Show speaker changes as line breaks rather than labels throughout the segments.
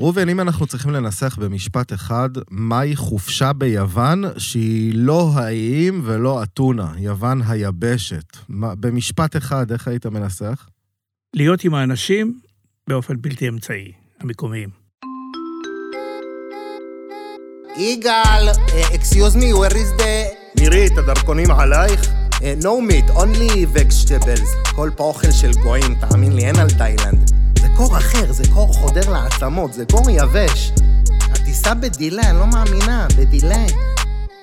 ראובן, אם אנחנו צריכים לנסח במשפט אחד, מהי חופשה ביוון שהיא לא האיים ולא אתונה, יוון היבשת? מה- במשפט אחד, איך היית מנסח?
להיות עם האנשים באופן בלתי אמצעי, המקומיים.
יגאל, אקסיוז מי, where is the...
מירי, את הדרכונים עלייך?
אה, No meat, only vegetables. כל פה אוכל של גויים, תאמין לי, אין על תאילנד. זה קור אחר, זה קור חודר לעצמות, זה קור יבש. הטיסה בדיליי, אני לא מאמינה, בדיליי.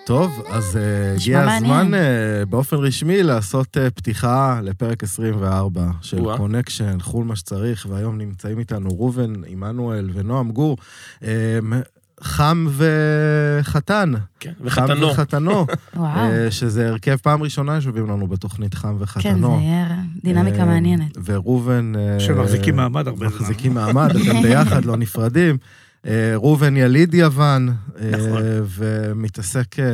טוב, אז אה,
נשמע
הגיע הזמן
מעניין.
אה, באופן רשמי לעשות אה, פתיחה לפרק 24 של
וואה.
קונקשן, חול מה שצריך, והיום נמצאים איתנו ראובן, עמנואל ונועם גור. אה, חם וחתן.
כן,
חם
וחתנו.
וחתנו.
וואו.
אה, שזה הרכב, פעם ראשונה יושבים לנו בתוכנית חם וחתנו.
כן, זה יהיה דינמיקה
לא. אה,
מעניינת.
וראובן... אה,
שמחזיקים מעמד הרבה זמן.
מחזיקים מעמד, אתם ביחד, לא נפרדים. אה, ראובן יליד יוון, אה,
נכון.
ומתעסק אה,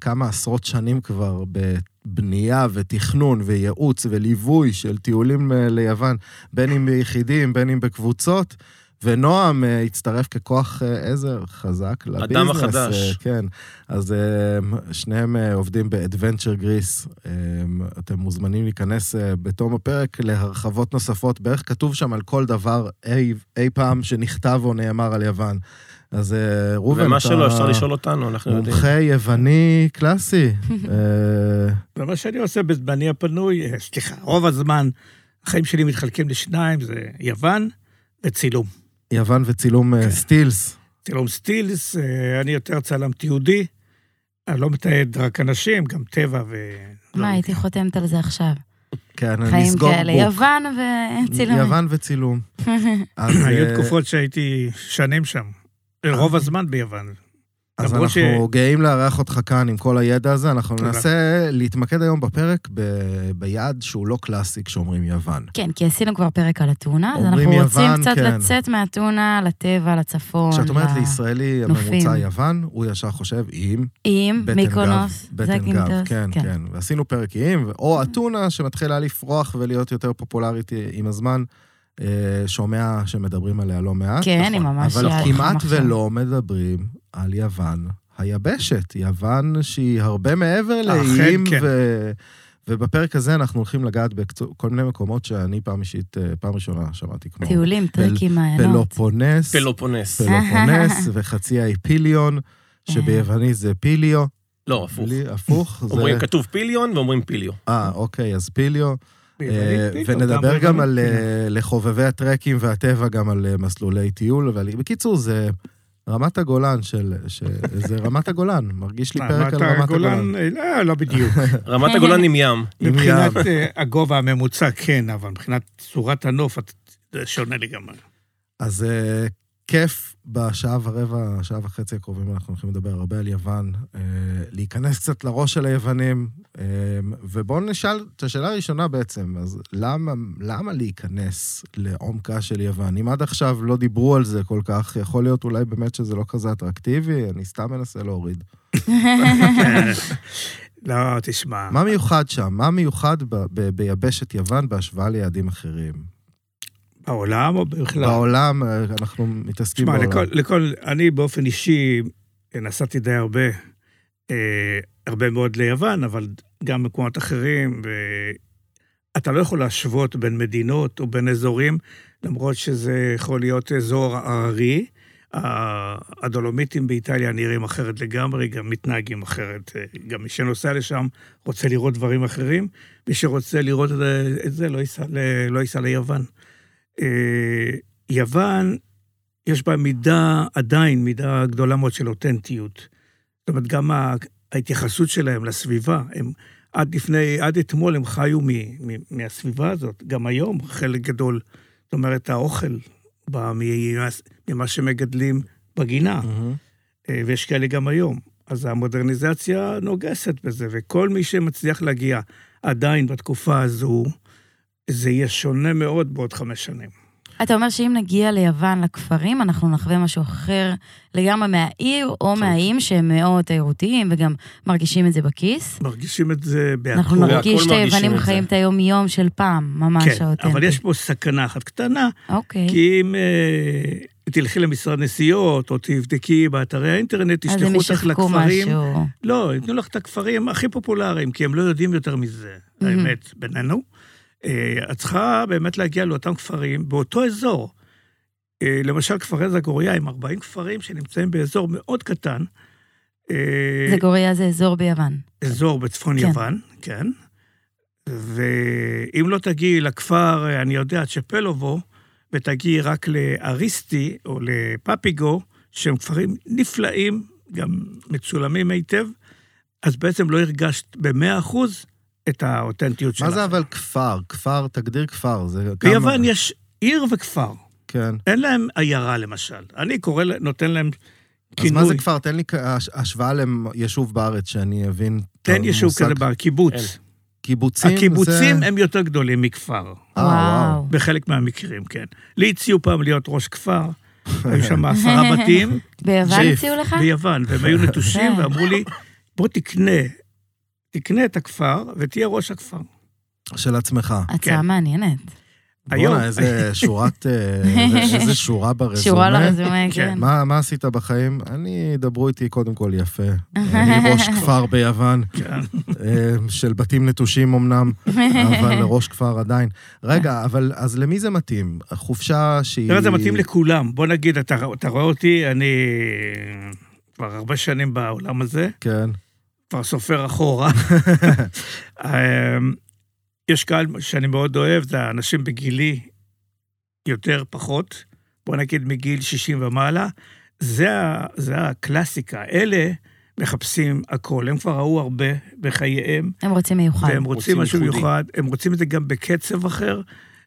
כמה עשרות שנים כבר בבנייה ותכנון וייעוץ וליווי של טיולים אה, ליוון, בין אם ביחידים, בין אם בקבוצות. ונועם אה, הצטרף ככוח אה, עזר חזק לביזנס.
החדש.
אה, כן. אז אה, שניהם אה, עובדים באדוונצ'ר גריס. אתם מוזמנים להיכנס אה, בתום הפרק להרחבות נוספות. בערך כתוב שם על כל דבר אי, אי פעם שנכתב או נאמר על יוון. אז אה, ראובן,
ומה שלא, אפשר לשאול אותנו, אנחנו יודעים.
מומחה יווני קלאסי. אה,
זה מה שאני עושה בזמני הפנוי, אה, סליחה, רוב הזמן, החיים שלי מתחלקים לשניים, זה יוון וצילום.
יוון וצילום
כן.
אה, סטילס.
צילום סטילס, אה, אני יותר צלם תיעודי, אני לא מתעד רק אנשים, גם טבע ו... לא.
מה, הייתי חותמת על זה עכשיו.
כן, אני
חיים
אסגור
כאלה,
בוק.
יוון וצילומים.
יוון וצילום. אז, אה,
היו תקופות שהייתי שנים שם,
אה.
רוב הזמן ביוון.
אז
למרות ש-
אנחנו גאים לארח אותך כאן עם כל הידע הזה, אנחנו
תודה.
ננסה להתמקד היום בפרק ב- ביעד שהוא לא קלאסי כשאומרים יוון.
כן, כי עשינו כבר פרק על אתונה, אז
אומרים
אנחנו רוצים
יוון,
קצת
כן.
לצאת מהאתונה לטבע, לצפון.
כשאת אומרת
ל-
לישראלי
נופים.
הממוצע יוון, הוא ישר חושב עם
עם
בטן גב.
מיקונוס,
בטן גב,
זקינטוס.
כן, כן. ועשינו פרק עם, או אתונה שמתחילה לפרוח ולהיות יותר פופולרית עם הזמן. אה, שומע שמדברים עליה לא מעט.
כן, היא ממש
אבל
יעד חם
כמעט
עכשיו.
ולא מדברים על יוון היבשת, יוון שהיא הרבה מעבר לאיים,
כן.
ו... ובפרק הזה אנחנו הולכים לגעת בכל מיני מקומות שאני פעם אישית, אה, פעם ראשונה שמעתי, כמו
טיולים, טריקים, מעיינות.
פלופונס,
פלופונס.
פלופונס וחצי האי פיליון,
כן.
שביוונית זה פיליו.
לא, הפוך.
בלי- הפוך. זה-
אומרים, כתוב פיליון ואומרים פיליו.
אה, אוקיי, אז פיליו. אה,
ביוונית,
ונדבר
אותם
גם על
ביוונית.
אה, לחובבי הטרקים והטבע, גם על אה, מסלולי טיול. אבל בקיצור, זה רמת הגולן של... ש- זה רמת הגולן, מרגיש לי פרק על אה, רמת הגולן.
אה, לא, לא בדיוק.
רמת הגולן עם ים.
עם
מבחינת
ים.
אה, הגובה הממוצע, כן, אבל מבחינת צורת הנוף, את- זה שונה לגמרי.
אז אה, כיף, בשעה ורבע, שעה וחצי הקרובים אנחנו הולכים לדבר הרבה על יוון, אה, להיכנס קצת לראש של היוונים, אה, ובואו נשאל את השאלה הראשונה בעצם, אז למה, למה להיכנס לעומקה של יוון? אם עד עכשיו לא דיברו על זה כל כך, יכול להיות אולי באמת שזה לא כזה אטרקטיבי, אני סתם מנסה להוריד.
לא, תשמע.
מה מיוחד שם? מה מיוחד ב- ב- ביבשת יוון בהשוואה ליעדים אחרים?
בעולם או בכלל?
בעולם, אה, אנחנו מתעסקים
תשמע,
בעולם.
לכל, לכל, אני באופן אישי נסעתי די הרבה, אה, הרבה מאוד ליוון, אבל גם במקומות אחרים, ואתה לא יכול להשוות בין מדינות או בין אזורים, למרות שזה יכול להיות אזור הררי. ה- הדולומיטים באיטליה נראים אחרת לגמרי, גם מתנהגים אחרת. אה, גם מי שנוסע לשם רוצה לראות דברים אחרים, מי שרוצה לראות את זה- את זה לא ייסע, ל- לא ייסע ליוון. אה, יוון, יש בה מידה, עדיין מידה גדולה מאוד של אותנטיות. זאת אומרת, גם ה- ההתייחסות שלהם לסביבה, הם עד לפני, עד אתמול הם חיו מ, מ, מהסביבה הזאת, גם היום חלק גדול. זאת אומרת, האוכל בא ממה, ממה שמגדלים בגינה.
מהמם.
אה, ויש כאלה גם היום. אז המודרניזציה נוגסת בזה, וכל מי שמצליח להגיע עדיין בתקופה הזו, זה יהיה שונה מאוד בעוד חמש שנים.
אתה אומר שאם נגיע ליוון, לכפרים, אנחנו נחווה משהו אחר לגמרי מהעיר, או מהאיים שהם מאוד תיירותיים, וגם מרגישים את זה בכיס.
מרגישים את זה בהכל.
אנחנו
והכל
נרגיש את
מרגישים את
היוונים
זה.
חיים את היום-יום של פעם, ממש
כן,
האותנטי.
אבל יש פה סכנה אחת קטנה,
אוקיי.
כי אם אה, תלכי למשרד נסיעות, או תבדקי באתרי האינטרנט,
אז הם
תשלחו אותך
ישווקו
לכפרים.
משהו.
לא, ייתנו לך את הכפרים הכי פופולריים, כי הם לא יודעים יותר מזה, האמת, בינינו. אה, את צריכה באמת להגיע לאותם כפרים באותו אזור. אה, למשל, כפרי זגוריה עם 40 כפרים שנמצאים באזור מאוד קטן. אה,
זה גוריה זה אזור ביוון.
אזור בצפון
כן.
כן. יוון, כן. ואם לא תגיעי לכפר, אני יודע, צ'פלובו, ותגיעי רק לאריסטי או לפפיגו, שהם כפרים נפלאים, גם מצולמים היטב, אז בעצם לא הרגשת במאה אחוז את האותנטיות שלך.
מה זה אבל כפר? כפר, תגדיר כפר. זה כמה-
ביוון יש עיר וכפר,
כן.
אין להם עיירה למשל. אני קורא, ל- נותן להם
אז
כינוי.
מה זה כפר? תן לי כ- הש- השוואה ליישוב בארץ, שאני אבין את
תן יישוב
המושג.
כן, כזה בר, קיבוץ.
אין.
קיבוצים?
הקיבוצים
זה-
הם יותר גדולים מכפר.
אה, וואו.
וואו.
בחלק מהמקרים, כן. לי הציעו פעם להיות ראש כפר, היו שם עשרה בתים
ביוון
ג'יפ,
הציעו לך?
ביוון, והם היו נטושים
כן.
ואמרו לי, בוא תקנה, תקנה את הכפר ותהיה ראש הכפר.
של עצמך.
הצעה
כן.
מעניינת.
היום,
בואנה, איזה שורת... אה, איזה שורה ברזומה.
שורה לרזומה,
כן.
כן.
מה, מה עשית בחיים? אני, דברו איתי קודם כל יפה. אני ראש כפר ביוון,
כן.
אה, של בתים נטושים אמנם,
אה, לא-
אבל ראש כפר עדיין. רגע, אבל אז למי זה מתאים? חופשה שהיא...
תראה, זה מתאים לכולם. בוא נגיד, אתה אתה רואה אותי, אני כבר הרבה שנים בעולם הזה,
כן.
כבר סופר אחורה. אמ, יש קהל שאני מאוד אוהב, זה האנשים בגילי יותר, פחות, בוא נגיד מגיל 60 ומעלה. זה, ה- זה הקלאסיקה. אלה מחפשים הכל. הם כבר ראו הרבה בחייהם,
הם רוצים מיוחד.
והם רוצים
רוצים
משהו
ייחודי.
מיוחד, הם רוצים את זה גם בקצב אחר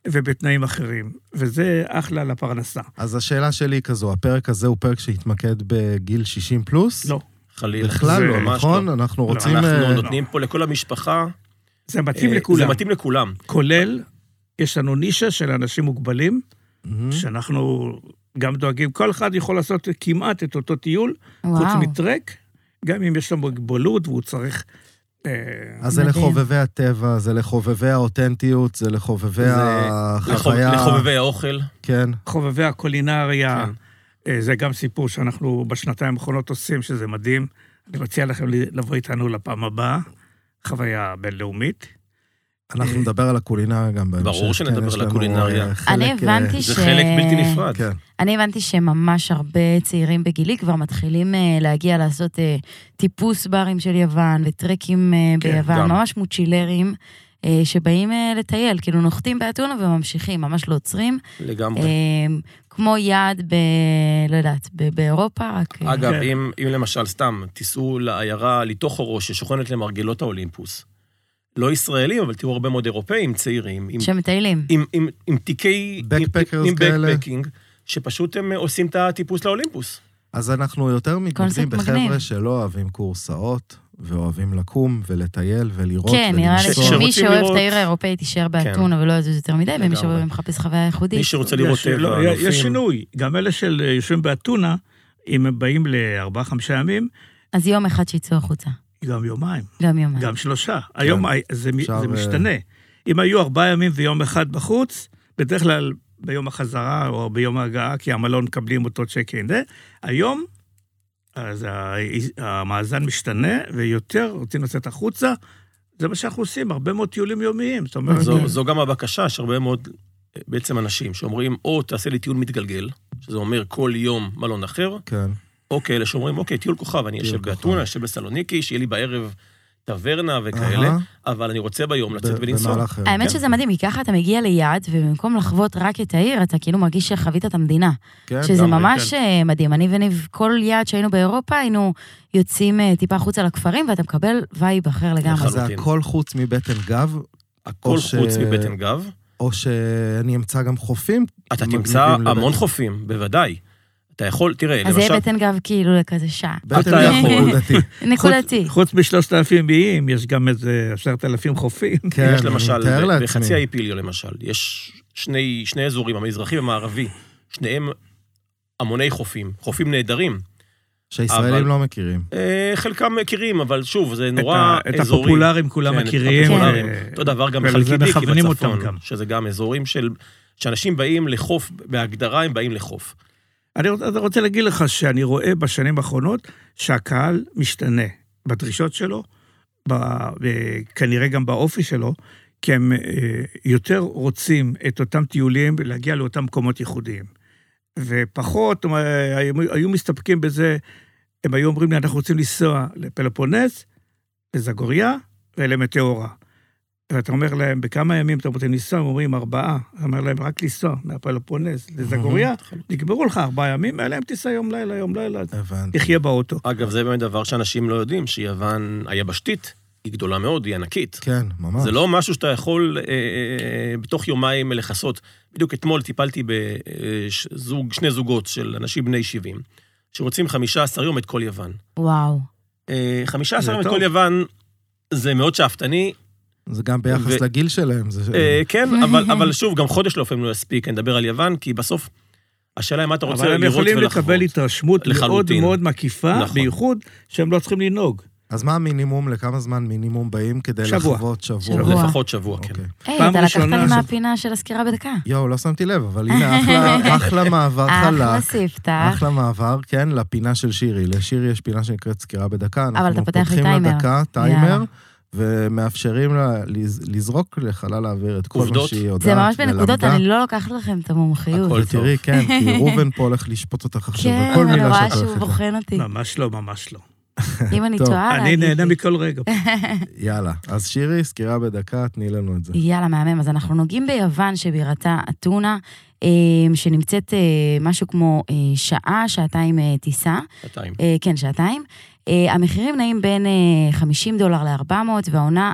ובתנאים אחרים. וזה אחלה לפרנסה.
אז השאלה שלי היא כזו, הפרק הזה הוא פרק שהתמקד בגיל 60 פלוס?
לא,
חלילה.
בכלל
זה
לא,
ממש
נכון?
לא.
אנחנו רוצים...
אנחנו לא.
אה,
נותנים פה לכל המשפחה.
זה מתאים
אה,
לכולם.
זה מתאים לכולם.
כולל, יש לנו נישה של אנשים מוגבלים,
מהמם.
Mm-hmm. שאנחנו גם דואגים, כל אחד יכול לעשות כמעט את אותו טיול, חוץ
וואו.
מטרק, גם אם יש לו מוגבלות והוא צריך... אה,
אז זה
מדהים.
לחובבי הטבע, זה לחובבי האותנטיות, זה לחובבי
זה
החוויה.
לחוב- לחובבי האוכל.
כן.
חובבי הקולינריה,
כן.
אה, זה גם סיפור שאנחנו בשנתיים האחרונות עושים, שזה מדהים. אני מציע לכם לבוא איתנו לפעם הבאה, חוויה בינלאומית.
אנחנו נדבר על הקולינריה גם בהמשך.
ברור שנדבר
כן, יש
על
לנו,
הקולינריה.
אה, חלק,
אני
כן.
אה,
הבנתי ש...
זה חלק בלתי נפרד.
כן.
אני הבנתי שממש הרבה צעירים בגילי כבר מתחילים אה, להגיע לעשות אה, טיפוס ברים של יוון וטרקים אה,
כן,
ביוון,
גם.
ממש מוצ'ילרים, אה, שבאים אה, לטייל, כאילו נוחתים באתונה וממשיכים, ממש לא עוצרים,
לגמרי.
אה, כמו יעד ב... לא יודעת, ב- באירופה, רק... אה,
אגב,
כן.
אם, אם למשל, סתם, תיסעו לעיירה ליטוכורו, ששוכנת למרגלות האולימפוס, לא ישראלים, אבל תראו הרבה מאוד אירופאים צעירים, עם,
שמטיילים.
עם, עם, עם תיקי...
Backpackers
עם, עם
כאלה.
backpacking, שפשוט הם אה, עושים את הטיפוס לאולימפוס.
אז אנחנו יותר מתמקדים
קונספט מגניב.
בחבר'ה שלא אוהבים קורסאות, ואוהבים לקום ולטייל ולראות.
כן, נראה לי
ש-
ולנסוע.
שמי
שרוצים
שאוהב את
לראות- כן.
העיר האירופאית יישאר באתונה ולא יזוז יותר מדי, ומי
לגמרי.
שמחפש חוויה ייחודית.
מי שרוצה לראות
יש-
טבע,
לא,
נופים.
יש שינוי. גם אלה של אה, יושבים באתונה, אם הם באים לארבעה-חמישה ימים,
אז יום אחד שיצאו החוצה,
גם יומיים.
גם
כן.
יומיים.
גם שלושה. היום ה- זה, מ-
אפשר,
זה
אה,
משתנה. אם היו ארבעה ימים ויום אחד בחוץ, בדרך כלל ביום החזרה או ביום ההגעה, כי המלון מקבלים אותו צ'ק אין. היום, אז ה- המאזן משתנה, ויותר רוצים לצאת החוצה. זה מה שאנחנו עושים, הרבה מאוד טיולים יומיים. זאת אומרת,
זו,
אוקיי.
כן.
זו גם הבקשה, יש הרבה מאוד אה, בעצם אנשים שאומרים, או תעשה לי טיול מתגלגל, שזה אומר כל יום מלון אחר,
כן.
או כאלה שאומרים, אוקיי, טיול כוכב, אני אשב באתונה, אשב בסלוניקי, שיהיה לי בערב טברנה וכאלה,
אהה.
אבל אני רוצה ביום לצאת
ב-
ולנסוע.
במהלך,
האמת
כן.
שזה מדהים, כי ככה אתה מגיע ליעד, ובמקום לחוות רק את העיר, אתה כאילו מרגיש שחווית את המדינה.
כן,
שזה
לגמרי,
ממש אה, מדהים. אני וניב, כל יעד שהיינו באירופה, היינו יוצאים אה, טיפה החוצה לכפרים, ואתה מקבל וייב אחר לגמרי.
אז זה
לחלוטין.
הכל חוץ מבטן גב,
הכל
או ש-
חוץ מבטן גב.
או שאני אמצא גם חופים.
אתה
מגניבים
תמצא
לבטן.
המון חופים, בוודאי. אתה יכול, תראה,
אז זה
למשל...
יהיה בטן גב כאילו לכזה שעה.
בטן
אתה
גב
יכול.
נקודתי.
נקודתי.
חוץ, חוץ משלושת אלפים איים, יש גם איזה עשרת אלפים חופים.
כן,
יש
אני
למשל,
מתאר
ב-
לעצמי.
בחצי האי פיליו למשל, יש שני, שני אזורים, המזרחי והמערבי, שניהם המוני חופים, חופים נהדרים.
שהישראלים
אבל-
לא מכירים.
אה, חלקם מכירים, אבל שוב, זה
את,
נורא
ה, את
אזורי.
הפופולריים כולם
כן, את
מכירים.
הפופולריים.
אה,
אותו דבר גם
ולזה
חלקידי, כי
מכוונים אותם
בצפון,
גם.
שזה גם אזורים של... שאנשים באים לחוף, בהגדרה הם באים לחוף.
אני רוצ- אני רוצה להגיד לך שאני רואה בשנים האחרונות שהקהל משתנה בדרישות שלו, ב, ב- כנראה גם באופי שלו, כי הם אה, יותר רוצים את אותם טיולים ולהגיע לאותם מקומות ייחודיים. ופחות, הם היו, היו מסתפקים בזה, הם היו אומרים לי, אנחנו רוצים לנסוע לפלופונס, לזגוריה ולמטאורה. ואתה אומר להם, בכמה ימים אתם רוצים לנסוע? הם אומרים, ארבעה. אתה אומר להם, רק לנסוע מהפלופונס לזגוריה, נגמרו לך ארבעה ימים, אלא אם תיסע יום לילה, יום לילה,
הבנתי.
תחיה באוטו.
אגב, זה באמת דבר שאנשים לא יודעים, שיוון היבשתית היא גדולה מאוד, היא ענקית.
כן, ממש.
זה לא משהו שאתה יכול אה, אה, בתוך יומיים לכסות. בדיוק אתמול טיפלתי בזוג, שני זוגות של אנשים בני 70, שרוצים 15 יום את כל יוון.
וואו.
אה, 15 יום את
טוב.
כל יוון זה מאוד שאפתני,
זה גם ביחס
ו-
לגיל שלהם. זה-
אה, כן, אבל, אבל שוב, גם חודש לא לפעמים לא יספיק, נדבר על יוון, כי בסוף השאלה היא מה אתה רוצה
אבל הם
לראות ולחוות.
יכולים לקבל התרשמות מאוד
לחלוטין.
מאוד מקיפה,
נכון.
בייחוד שהם לא צריכים לנהוג.
אז מה המינימום, לכמה זמן מינימום באים כדי
שבוע.
לחוות שבוע?
שבוע.
לפחות שבוע, כן.
אוקיי.
היי,
פעם
אתה לקחת
ראשונה
לי
ש-
מהפינה של הסקירה בדקה.
יואו, לא שמתי לב, אבל הנה, אחלה- אחלה מעבר
אחלה
חלק.
ספתח.
אחלה מעבר, כן, לפינה של שירי. לשירי יש פינה שנקראת סקירה בדקה.
אבל אתה פותח לי
אנחנו
טיימר.
פותחים לדקה
יאללה.
טיימר, ומאפשרים לה לז- לזרוק לחלל האוויר את כל מה
עובדות.
שהיא יודעת.
זה ממש בנקודות,
ולמדה.
אני לא לוקחת לכם את המומחיות.
הכל טוב.
ותראי, כן, כי ראובן פה הולך לשפוט אותך עכשיו,
כן,
על כל
אני
מילה
רואה
שאת
שהוא
הולכת.
בוחן אותי.
ממש לא, ממש לא.
אם אני
טוב,
טועה,
אני
להגיד לי.
נהנה מכל רגע.
יאללה, אז שירי, סקירה בדקה, תני לנו את זה.
יאללה, מהמם. אז אנחנו נוגעים ביוון שבירתה אתונה, אה, שנמצאת אה, משהו כמו אה, שעה, שעתיים אה, טיסה.
שנתיים.
אה, כן, שעתיים. אה, המחירים נעים בין אה, 50 דולר ל-400, והעונה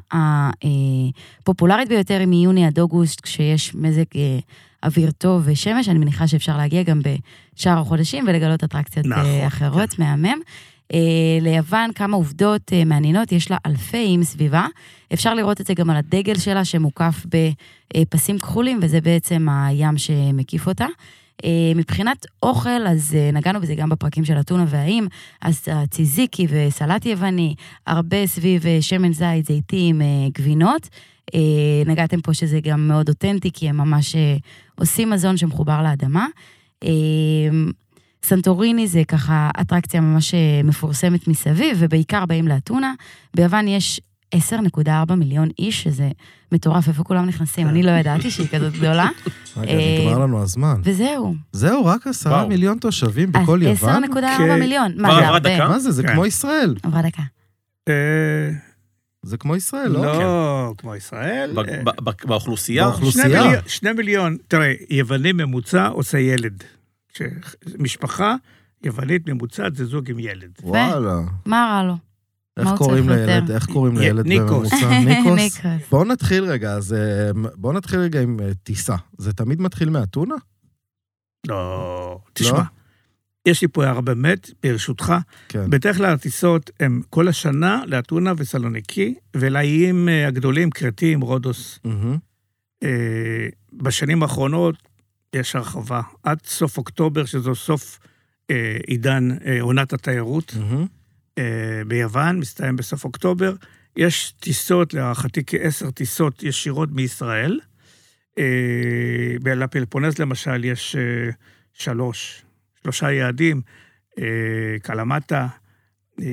הפופולרית ביותר היא מיוני עד אוגוסט, כשיש מזג אה, אוויר טוב ושמש. אני מניחה שאפשר להגיע גם בשאר החודשים ולגלות אטרקציות
נכון,
נכון, אחרות, כן. מהמם. אה, ליוון, כמה עובדות אה, מעניינות, יש לה אלפי איים סביבה. אפשר לראות את זה גם על הדגל שלה, שמוקף בפסים כחולים, וזה בעצם הים שמקיף אותה. אה, מבחינת אוכל, אז אה, נגענו בזה גם בפרקים של אתונה והאם, אז הציזיקי וסלט יווני, הרבה סביב אה, שמן זית, זיתים, אה, גבינות. אה, נגעתם פה שזה גם מאוד אותנטי, כי הם ממש אה, עושים מזון שמחובר לאדמה. אה, סנטוריני זה ככה אטרקציה ממש אה, מפורסמת מסביב, ובעיקר באים לאתונה. ביוון יש 10.4 מיליון איש, שזה מטורף, איפה כולם נכנסים?
כן.
אני לא ידעתי שהיא כזאת גדולה.
רגע,
אה,
נגמר לנו הזמן.
וזהו.
זהו, רק עשרה
וואו.
מיליון תושבים
אז
בכל יוון?
10.4
כן.
מיליון. מה, זה
כבר אוקיי. עברה
הרבה?
דקה?
מה זה? זה
כן.
כמו ישראל.
עברה דקה.
אה,
זה כמו ישראל, לא?
לא, כמו ישראל.
ב-
אה,
ב- ב- כן. באוכלוסייה,
באוכלוסייה.
שני מיליון- שני מיליון, תראה, יווני ממוצע עושה ילד. ש- משפחה יוונית ממוצעת זה זוג עם ילד.
וואלה.
מה רע לו?
איך
הוא
קוראים
צריך יותר?
לילד? איך קוראים
י-
לילד
ניקוס.
בממוצע? ניקוס?
ניקוס.
בואו נתחיל רגע, אז אה, בואו נתחיל רגע עם אה, טיסה. זה תמיד מתחיל מאתונה?
לא, תשמע, יש לי פה הערה באמת, ברשותך.
כן.
בדרך כלל הטיסות הן כל השנה לאתונה וסלוניקי ולאיים אה, הגדולים, כרתים, רודוס.
מהמם.
אה, בשנים האחרונות יש הרחבה. עד סוף אוקטובר, שזו סוף אה, עידן אה, עונת התיירות
מהמם.
אה, ביוון, מסתיים בסוף אוקטובר. יש טיסות, להערכתי כעשר טיסות ישירות מישראל. אה, ב- לפלפונס למשל יש אה, שלוש, שלושה יעדים, אה, קלמטה, אה,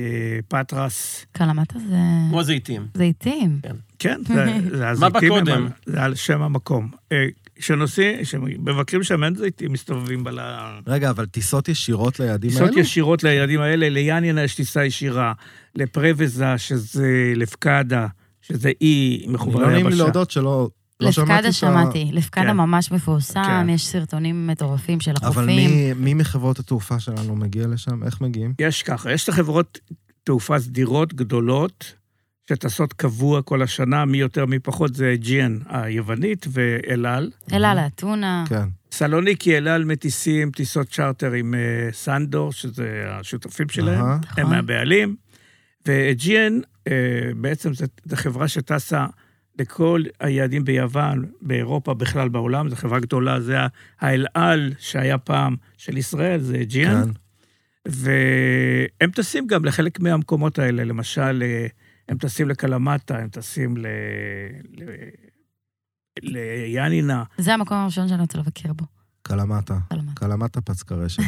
פטרס,
קלמטה זה
כמו זיתים.
זיתים.
כן, זה- זה הזיתים.
בא
הם
קודם?
על- זה על שם המקום. אה, כשנוסעים, כשמבקרים שם אין זיתים, מסתובבים בל...
רגע, אבל טיסות ישירות ליעדים האלו?
טיסות ישירות לילדים האלה, ליאנינה יש טיסה ישירה, לפרווזה, שזה לפקדה, שזה אי
אני
מחובר
לא נעים לי
ליבשה.
להודות שלא לא שמעתי את ה...
לפקדה שמעתי, לפקדה
כן.
ממש מפורסם,
כן.
יש סרטונים מטורפים של
אבל
החופים.
מי- מי מחברות התעופה שלנו מגיע לשם? איך מגיעים?
יש ככה, יש את החברות תעופה סדירות גדולות, שטסות קבוע כל השנה, מי יותר מי פחות, זה ג'יאן היוונית ואל על.
אלה לאתונה.
כן.
סלוניקי אל על מטיסים טיסות צ'רטר עם אה, סנדור, שזה השותפים שלהם,
אהה.
הם
נכון.
הבעלים. ואג'יאן, אה, בעצם זו זו חברה שטסה לכל היעדים ביוון, באירופה, בכלל בעולם, זו חברה גדולה, זה ה- האל על שהיה פעם של ישראל, זה אג'יאן.
כן.
והם טסים גם לחלק מהמקומות האלה, למשל, אה, הם טסים לקלמטה, הם טסים ל... ל... ליאנינה.
זה המקום הראשון שאני רוצה לבקר בו.
קלמטה.
קלמטה.
קלמטה פץ קרשת.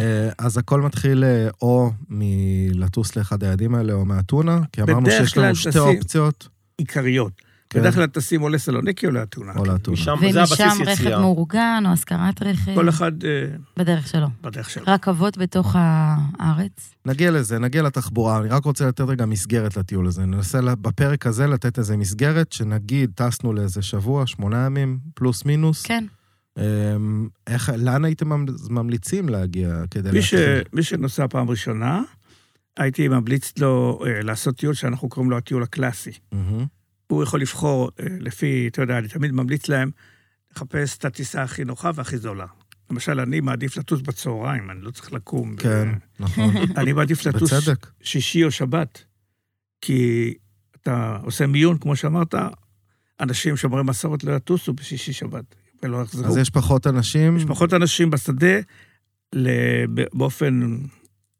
אה, אז הכל מתחיל אה, או מלטוס לאחד היעדים האלה או מהטונה, כי אמרנו
בדרך
שיש לנו
כלל
שתי
טסים.
אופציות.
עיקריות.
כן.
בדרך כלל טסים או לסלוניקי או לאתונה.
או לאתונה.
משם, זה הבסיס
ומשם רכב
יציאה.
מאורגן או השכרת רכב,
כל אחד אה,
בדרך שלו.
בדרך
אה,
שלו.
רכבות בתוך הארץ.
נגיע לזה, נגיע לתחבורה. אני רק רוצה לתת רגע מסגרת לטיול הזה. ננסה לה- בפרק הזה לתת איזה מסגרת, שנגיד טסנו לאיזה שבוע, שמונה ימים, פלוס מינוס.
כן.
אמ, איך, לאן הייתם ממ- ממליצים להגיע כדי
מי, ש... מי שנוסע פעם ראשונה, הייתי ממליץ לו אה, לעשות טיול שאנחנו קוראים לו הטיול הקלאסי.
מהמם.
הוא יכול לבחור אה, לפי, אתה יודע, אני תמיד ממליץ להם לחפש את הטיסה הכי נוחה והכי זולה. למשל, אני מעדיף לטוס בצהריים, אני לא צריך לקום.
כן, נכון.
אה, אני מעדיף לטוס
בצדק.
שישי או שבת, כי אתה עושה מיון, כמו שאמרת, אנשים שומרי מסורת לא יטוסו בשישי שבת, ולא יחזרו.
אז יש פחות אנשים.
לא- יש פחות אנשים בשדה, ל- ב- באופן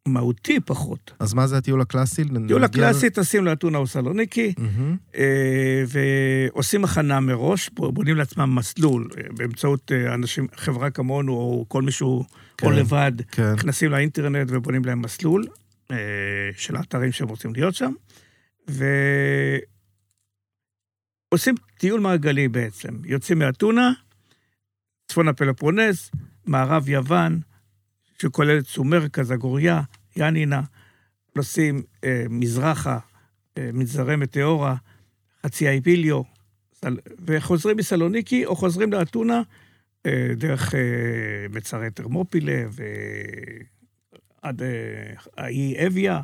מהותי פחות.
אז מה זה הטיול הקלאסי?
טיול
נגיע
הקלאסי, טסים לאתונה או סלוניקי,
ל- מהמם.
אה, ועושים הכנה מראש, ב- בונים לעצמם מסלול אה, באמצעות אה, אנשים, חברה כמונו, או כל מישהו,
כן.
או לבד,
כן.
נכנסים לאינטרנט ובונים להם מסלול אה, של האתרים שהם רוצים להיות שם, ועושים טיול מעגלי בעצם. יוצאים מאתונה, צפון הפלופונס, מערב יוון, שכולל את סומרקה, זגוריה, יאנינה, נוסעים אה, מזרחה, אה, מזרי מטאורה, חצי האי פיליו, סל... וחוזרים מסלוניקי או חוזרים לאתונה אה, דרך אה, מצרי תרמופילה ועד אה, האי אביה.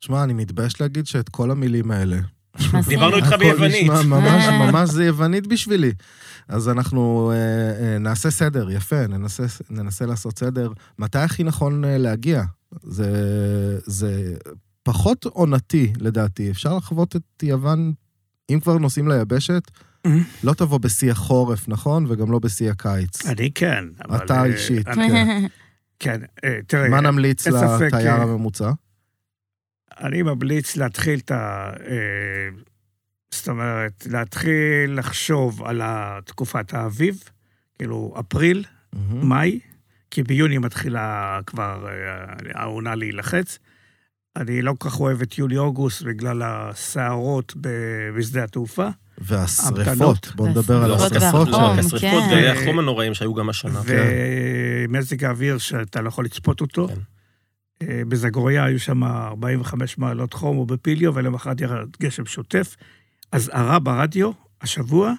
שמע, אני מתבייש להגיד שאת כל המילים האלה.
נשמע
דיברנו
לא
סרט.
איתך
הכל
ביוונית.
נשמע ממש,
אה.
ממש זה יוונית בשבילי. אז אנחנו אה, אה, נעשה סדר, יפה, ננסה, ננסה לעשות סדר. מתי הכי נכון אה, להגיע? זה, זה פחות עונתי, לדעתי. אפשר לחוות את יוון, אם כבר נוסעים ליבשת,
Mm-hmm.
לא תבוא בשיא החורף, נכון? וגם לא בשיא הקיץ.
אני כן. אבל,
אתה
אה,
אישית,
אני- כן, אה, תראה,
מה נמליץ
אין ספק,
לתייר
אה,
הממוצע?
אני ממליץ להתחיל את ה... אה, זאת אומרת, להתחיל לחשוב על ה- תקופת האביב, כאילו אפריל,
Mm-hmm. מהמם.
מאי, כי ביוני מתחילה כבר אה, העונה להילחץ. אני לא כל כך אוהב את יולי-אוגוסט בגלל הסערות ב- בשדה התעופה.
והשריפות,
המתנות.
בואו נדבר על
והשריפות
השריפות
והחום.
שם.
השרפות
לא, כן.
גלי החום הנוראים שהיו גם השנה.
כן.
ומזג האוויר שאתה לא יכול לצפות אותו.
כן.
אה, בזגוריה היו שם 45 מעלות חום או בפיליו, ולמחרת ירד גשם שוטף. אזהרה ברדיו, השבוע,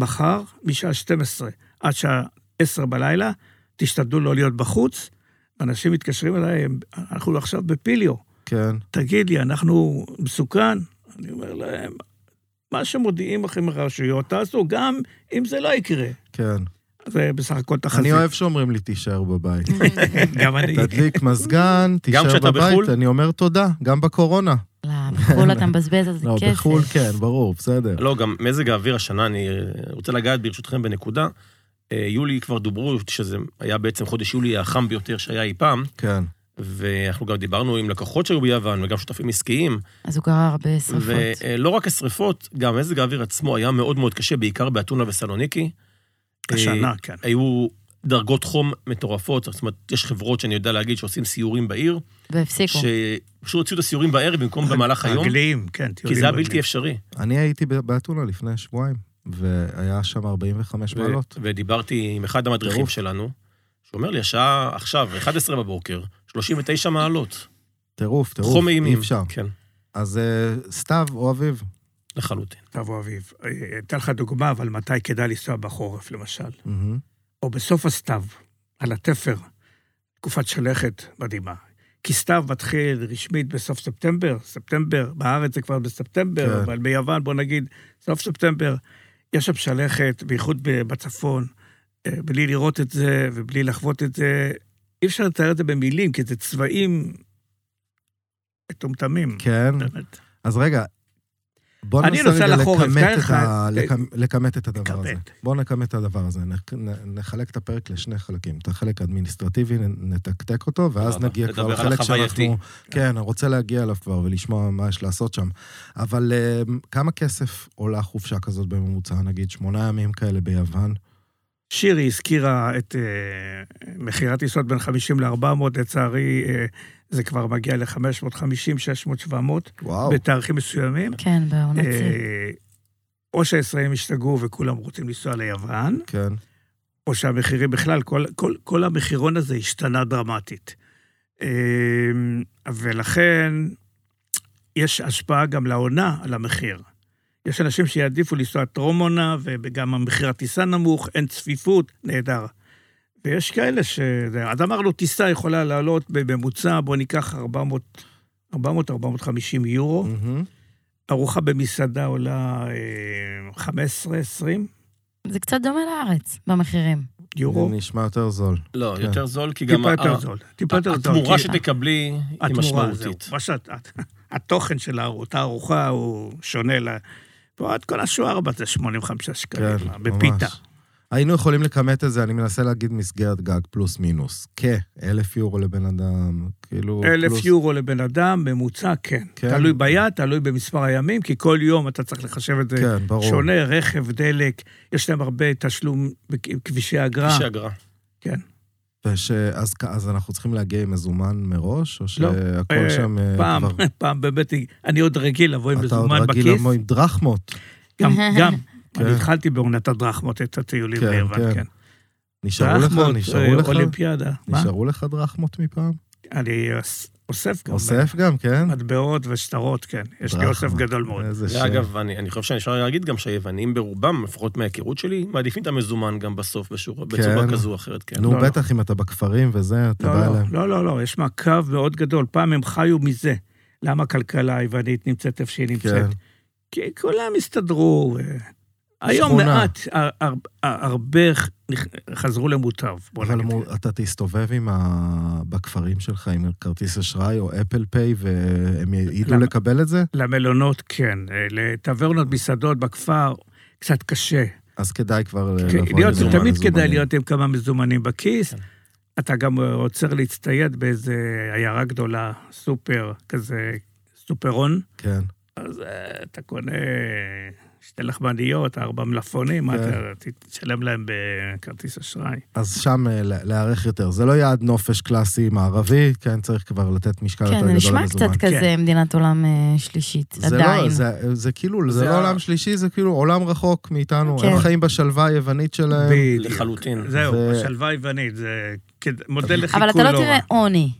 מחר, משעה 12 עד שעה 10 בלילה, תשתדלו לא להיות בחוץ. אנשים מתקשרים אליי, "הם- אנחנו עכשיו בפיליו,
כן,
תגיד לי, אנחנו מסוכן? אני אומר להם, מה שמודיעים לכם הרשויות, תעשו גם אם זה לא יקרה.
כן.
זה בסך הכל תחזית.
אני אוהב שאומרים לי, תישאר בבית.
גם אני.
תדליק מזגן, תישאר
כשאתה
בבית,
בחו"ל?
אני אומר תודה, גם בקורונה.
לא, בחו"ל אתה מבזבז על זה
לא,
כסף.
בחו"ל כן, ברור, בסדר.
לא, גם מזג האוויר השנה, אני אה, רוצה לגעת ברשותכם בנקודה. אה, יולי כבר דוברו, שזה היה בעצם חודש יולי החם ביותר שהיה אי פעם,
כן.
ואנחנו גם דיברנו עם לקוחות שהיו ביוון וגם שותפים עסקיים,
אז הוא גרר הרבה שרפות.
ולא רק השרפות, גם מזג האוויר עצמו היה מאוד מאוד קשה, בעיקר באתונה וסלוניקי. אה,
השנה, כן.
היו דרגות חום מטורפות, זאת אומרת, יש חברות שאני יודע להגיד שעושים סיורים בעיר,
והפסיקו.
שפשוט הוציאו את הסיורים בערב במקום במהלך היום,
רגליים, כן,
כי
טיולים.
זה היה
רגליים.
בלתי אפשרי.
אני הייתי ב- באתונה לפני שבועיים, והיה שם 45
ו-
מעלות.
ודיברתי עם אחד המדריכים
טירוף.
שלנו, שאומר לי, השעה עכשיו, 11 בבוקר, 39 מעלות.
טירוף, טירוף.
חום אימים.
אי אפשר.
כן,
אז אה, סתיו או אביב.
לחלוטין.
תבוא אביב. אה, אתן לך דוגמה, אבל מתי כדאי לנסוע בחורף, למשל.
מהמם.
או בסוף הסתיו, על התפר, תקופת שלכת מדהימה. כי סתיו מתחיל רשמית בסוף ספטמבר, ספטמבר, בארץ זה כבר בספטמבר,
כן.
אבל ביוון, בוא נגיד, סוף ספטמבר, יש שם שלכת, בייחוד ב- בצפון, אה, בלי לראות את זה ובלי לחוות את זה. אי אפשר לתאר את זה במילים, כי זה צבעים מטומטמים.
כן.
באמת.
אז רגע, בוא
אני
ננסה
נוסע
רגע
לחורף,
לכמת
תאר
את,
לך-
ה... לכמת, לכמת את הדבר
לכמת.
הזה. בוא נכמת את הדבר הזה. נ... נ- נחלק את הפרק לשני חלקים. את החלק האדמיניסטרטיבי, נ- נתקתק אותו, ואז
סבבה.
נגיע כבר
נדבר על
לחלק
החווייתי.
שאנחנו... כן, אני רוצה להגיע אליו כבר ולשמוע מה יש לעשות שם. אבל אמ, אה, כמה כסף עולה חופשה כזאת בממוצע? נגיד שמונה ימים כאלה ביוון.
שירי הזכירה את אה, מחירי הטיסות בין 50 ל-400, לצערי אה, זה כבר מגיע ל-550, 600, 700,
וואו.
בתאריכים מסוימים.
כן, בעונת שיא.
אה, או שהישראלים השתגעו וכולם רוצים לנסוע ליוון,
כן.
או שהמחירים בכלל, כל, כל, כל המחירון הזה השתנה דרמטית. אמ, ולכן יש השפעה גם לעונה על המחיר. יש אנשים שיעדיפו לנסוע טרום עונה, וגם המחיר הטיסה נמוך, אין צפיפות, נהדר. ויש כאלה ש... אז אמרנו, טיסה יכולה לעלות בממוצע, בוא ניקח 400, 400, 450 יורו.
מהמם.
ארוחה במסעדה עולה אה, 15, 20
זה קצת דומה לארץ, במחירים.
יורו.
זה נשמע יותר זול.
לא,
כן.
יותר זול, כי גם
טיפה
ה-
יותר
ה-
זול. טיפה יותר זול.
התמורה
כי
שתקבלי היא
התמורה, זהו.
משמעותית.
מה שאת- התוכן של האר- אותה ארוחה הוא שונה. ל- פה עד כל השוארבט זה 85 שקלים,
כן,
מה, בפיתה.
ממש. היינו יכולים לכמת את זה, אני מנסה להגיד מסגרת גג פלוס מינוס. כאלף יורו לבן אדם, כאילו...
אלף
פלוס-
יורו לבן אדם, ממוצע, כן.
כן.
תלוי ביד, תלוי במספר הימים, כי כל יום אתה צריך לחשב את זה
כן, ברור.
שונה, רכב, דלק, יש להם הרבה תשלום בכבישי אגרה.
כבישי אגרה.
כן.
וש... אז, כ- אז אנחנו צריכים להגיע עם מזומן מראש, או
לא.
שהכל
אה,
שם אה,
פעם,
כבר...
פעם באמת, אני עוד רגיל לבוא עם
אתה עוד
מזומן
רגיל
בכיס.
לבוא עם דרחמות.
גם, גם.
כן.
אני התחלתי בעונת הדרחמות את הטיולים
כן, כן.
ביוון, כן.
נשארו לך?
דרחמות,
נשארו
אה,
לך?
אולימפיאדה. מה?
נשארו לך דרחמות מפעם?
אני אוס- אוסף גם.
אוסף גם, כן? אה,
מטבעות ושטרות, כן. יש לי אוסף
דרחמה.
גדול מאוד.
איזה שם.
אגב, אני אני חושב שאפשר להגיד גם שהיוונים ברובם, לפחות מההיכרות שלי, מעדיפים את המזומן גם בסוף בשורה- בצורה כזו או אחרת, כן.
נו,
לא, לא.
בטח אם אתה בכפרים וזה, אתה
לא,
בא
לא,
אליהם.
לא, לא, לא, יש מעקב מאוד גדול. פעם הם חיו מזה. למה הכלכלה היוונית נמצאת איפה שהיא נמצאת?
כן.
כי כולם הסתדרו. אה, היום
שכונה.
מעט, הר- הר- הרבה ח- נכ- חזרו למוטב. בוא
אבל
נגיד.
מו- אתה תסתובב עם ה... בכפרים שלך עם כרטיס אשראי או אפל פיי, והם ידעו
למה?
לקבל את זה?
למלונות, כן. אה, לטברנות, מסעדות בכפר, קצת קשה.
אז כדאי כבר אה,
כן,
לבוא
להיות,
עם
תמיד
מזומנים.
כדאי להיות עם כמה מזומנים בכיס. אתה גם אה, עוצר להצטייד באיזה עיירה גדולה, סופר, כזה סופרון.
כן.
אז אה, אתה קונה שתי לחמניות, ארבע מלפונים, מה
כן.
אתה תשלם להם בכרטיס אשראי.
אז שם אה, לה- להיערך יותר. זה לא יעד נופש קלאסי מערבי, כן, צריך כבר לתת משקל יותר
כן,
גדול
זה
למזומן.
נשמע קצת כזה מדינת עולם אה, שלישית,
זה
עדיין.
לא, זה, זה כאילו, זה,
זה
לא
ה-
עולם שלישי, זה כאילו עולם רחוק מאיתנו.
כן.
הם חיים בשלווה היוונית שלהם.
בדיוק.
לחלוטין.
זהו,
זה-
השלווה היוונית, זה כד- מודל לחיקוי
אבל
לא
אתה
רע.
לא תראה עוני.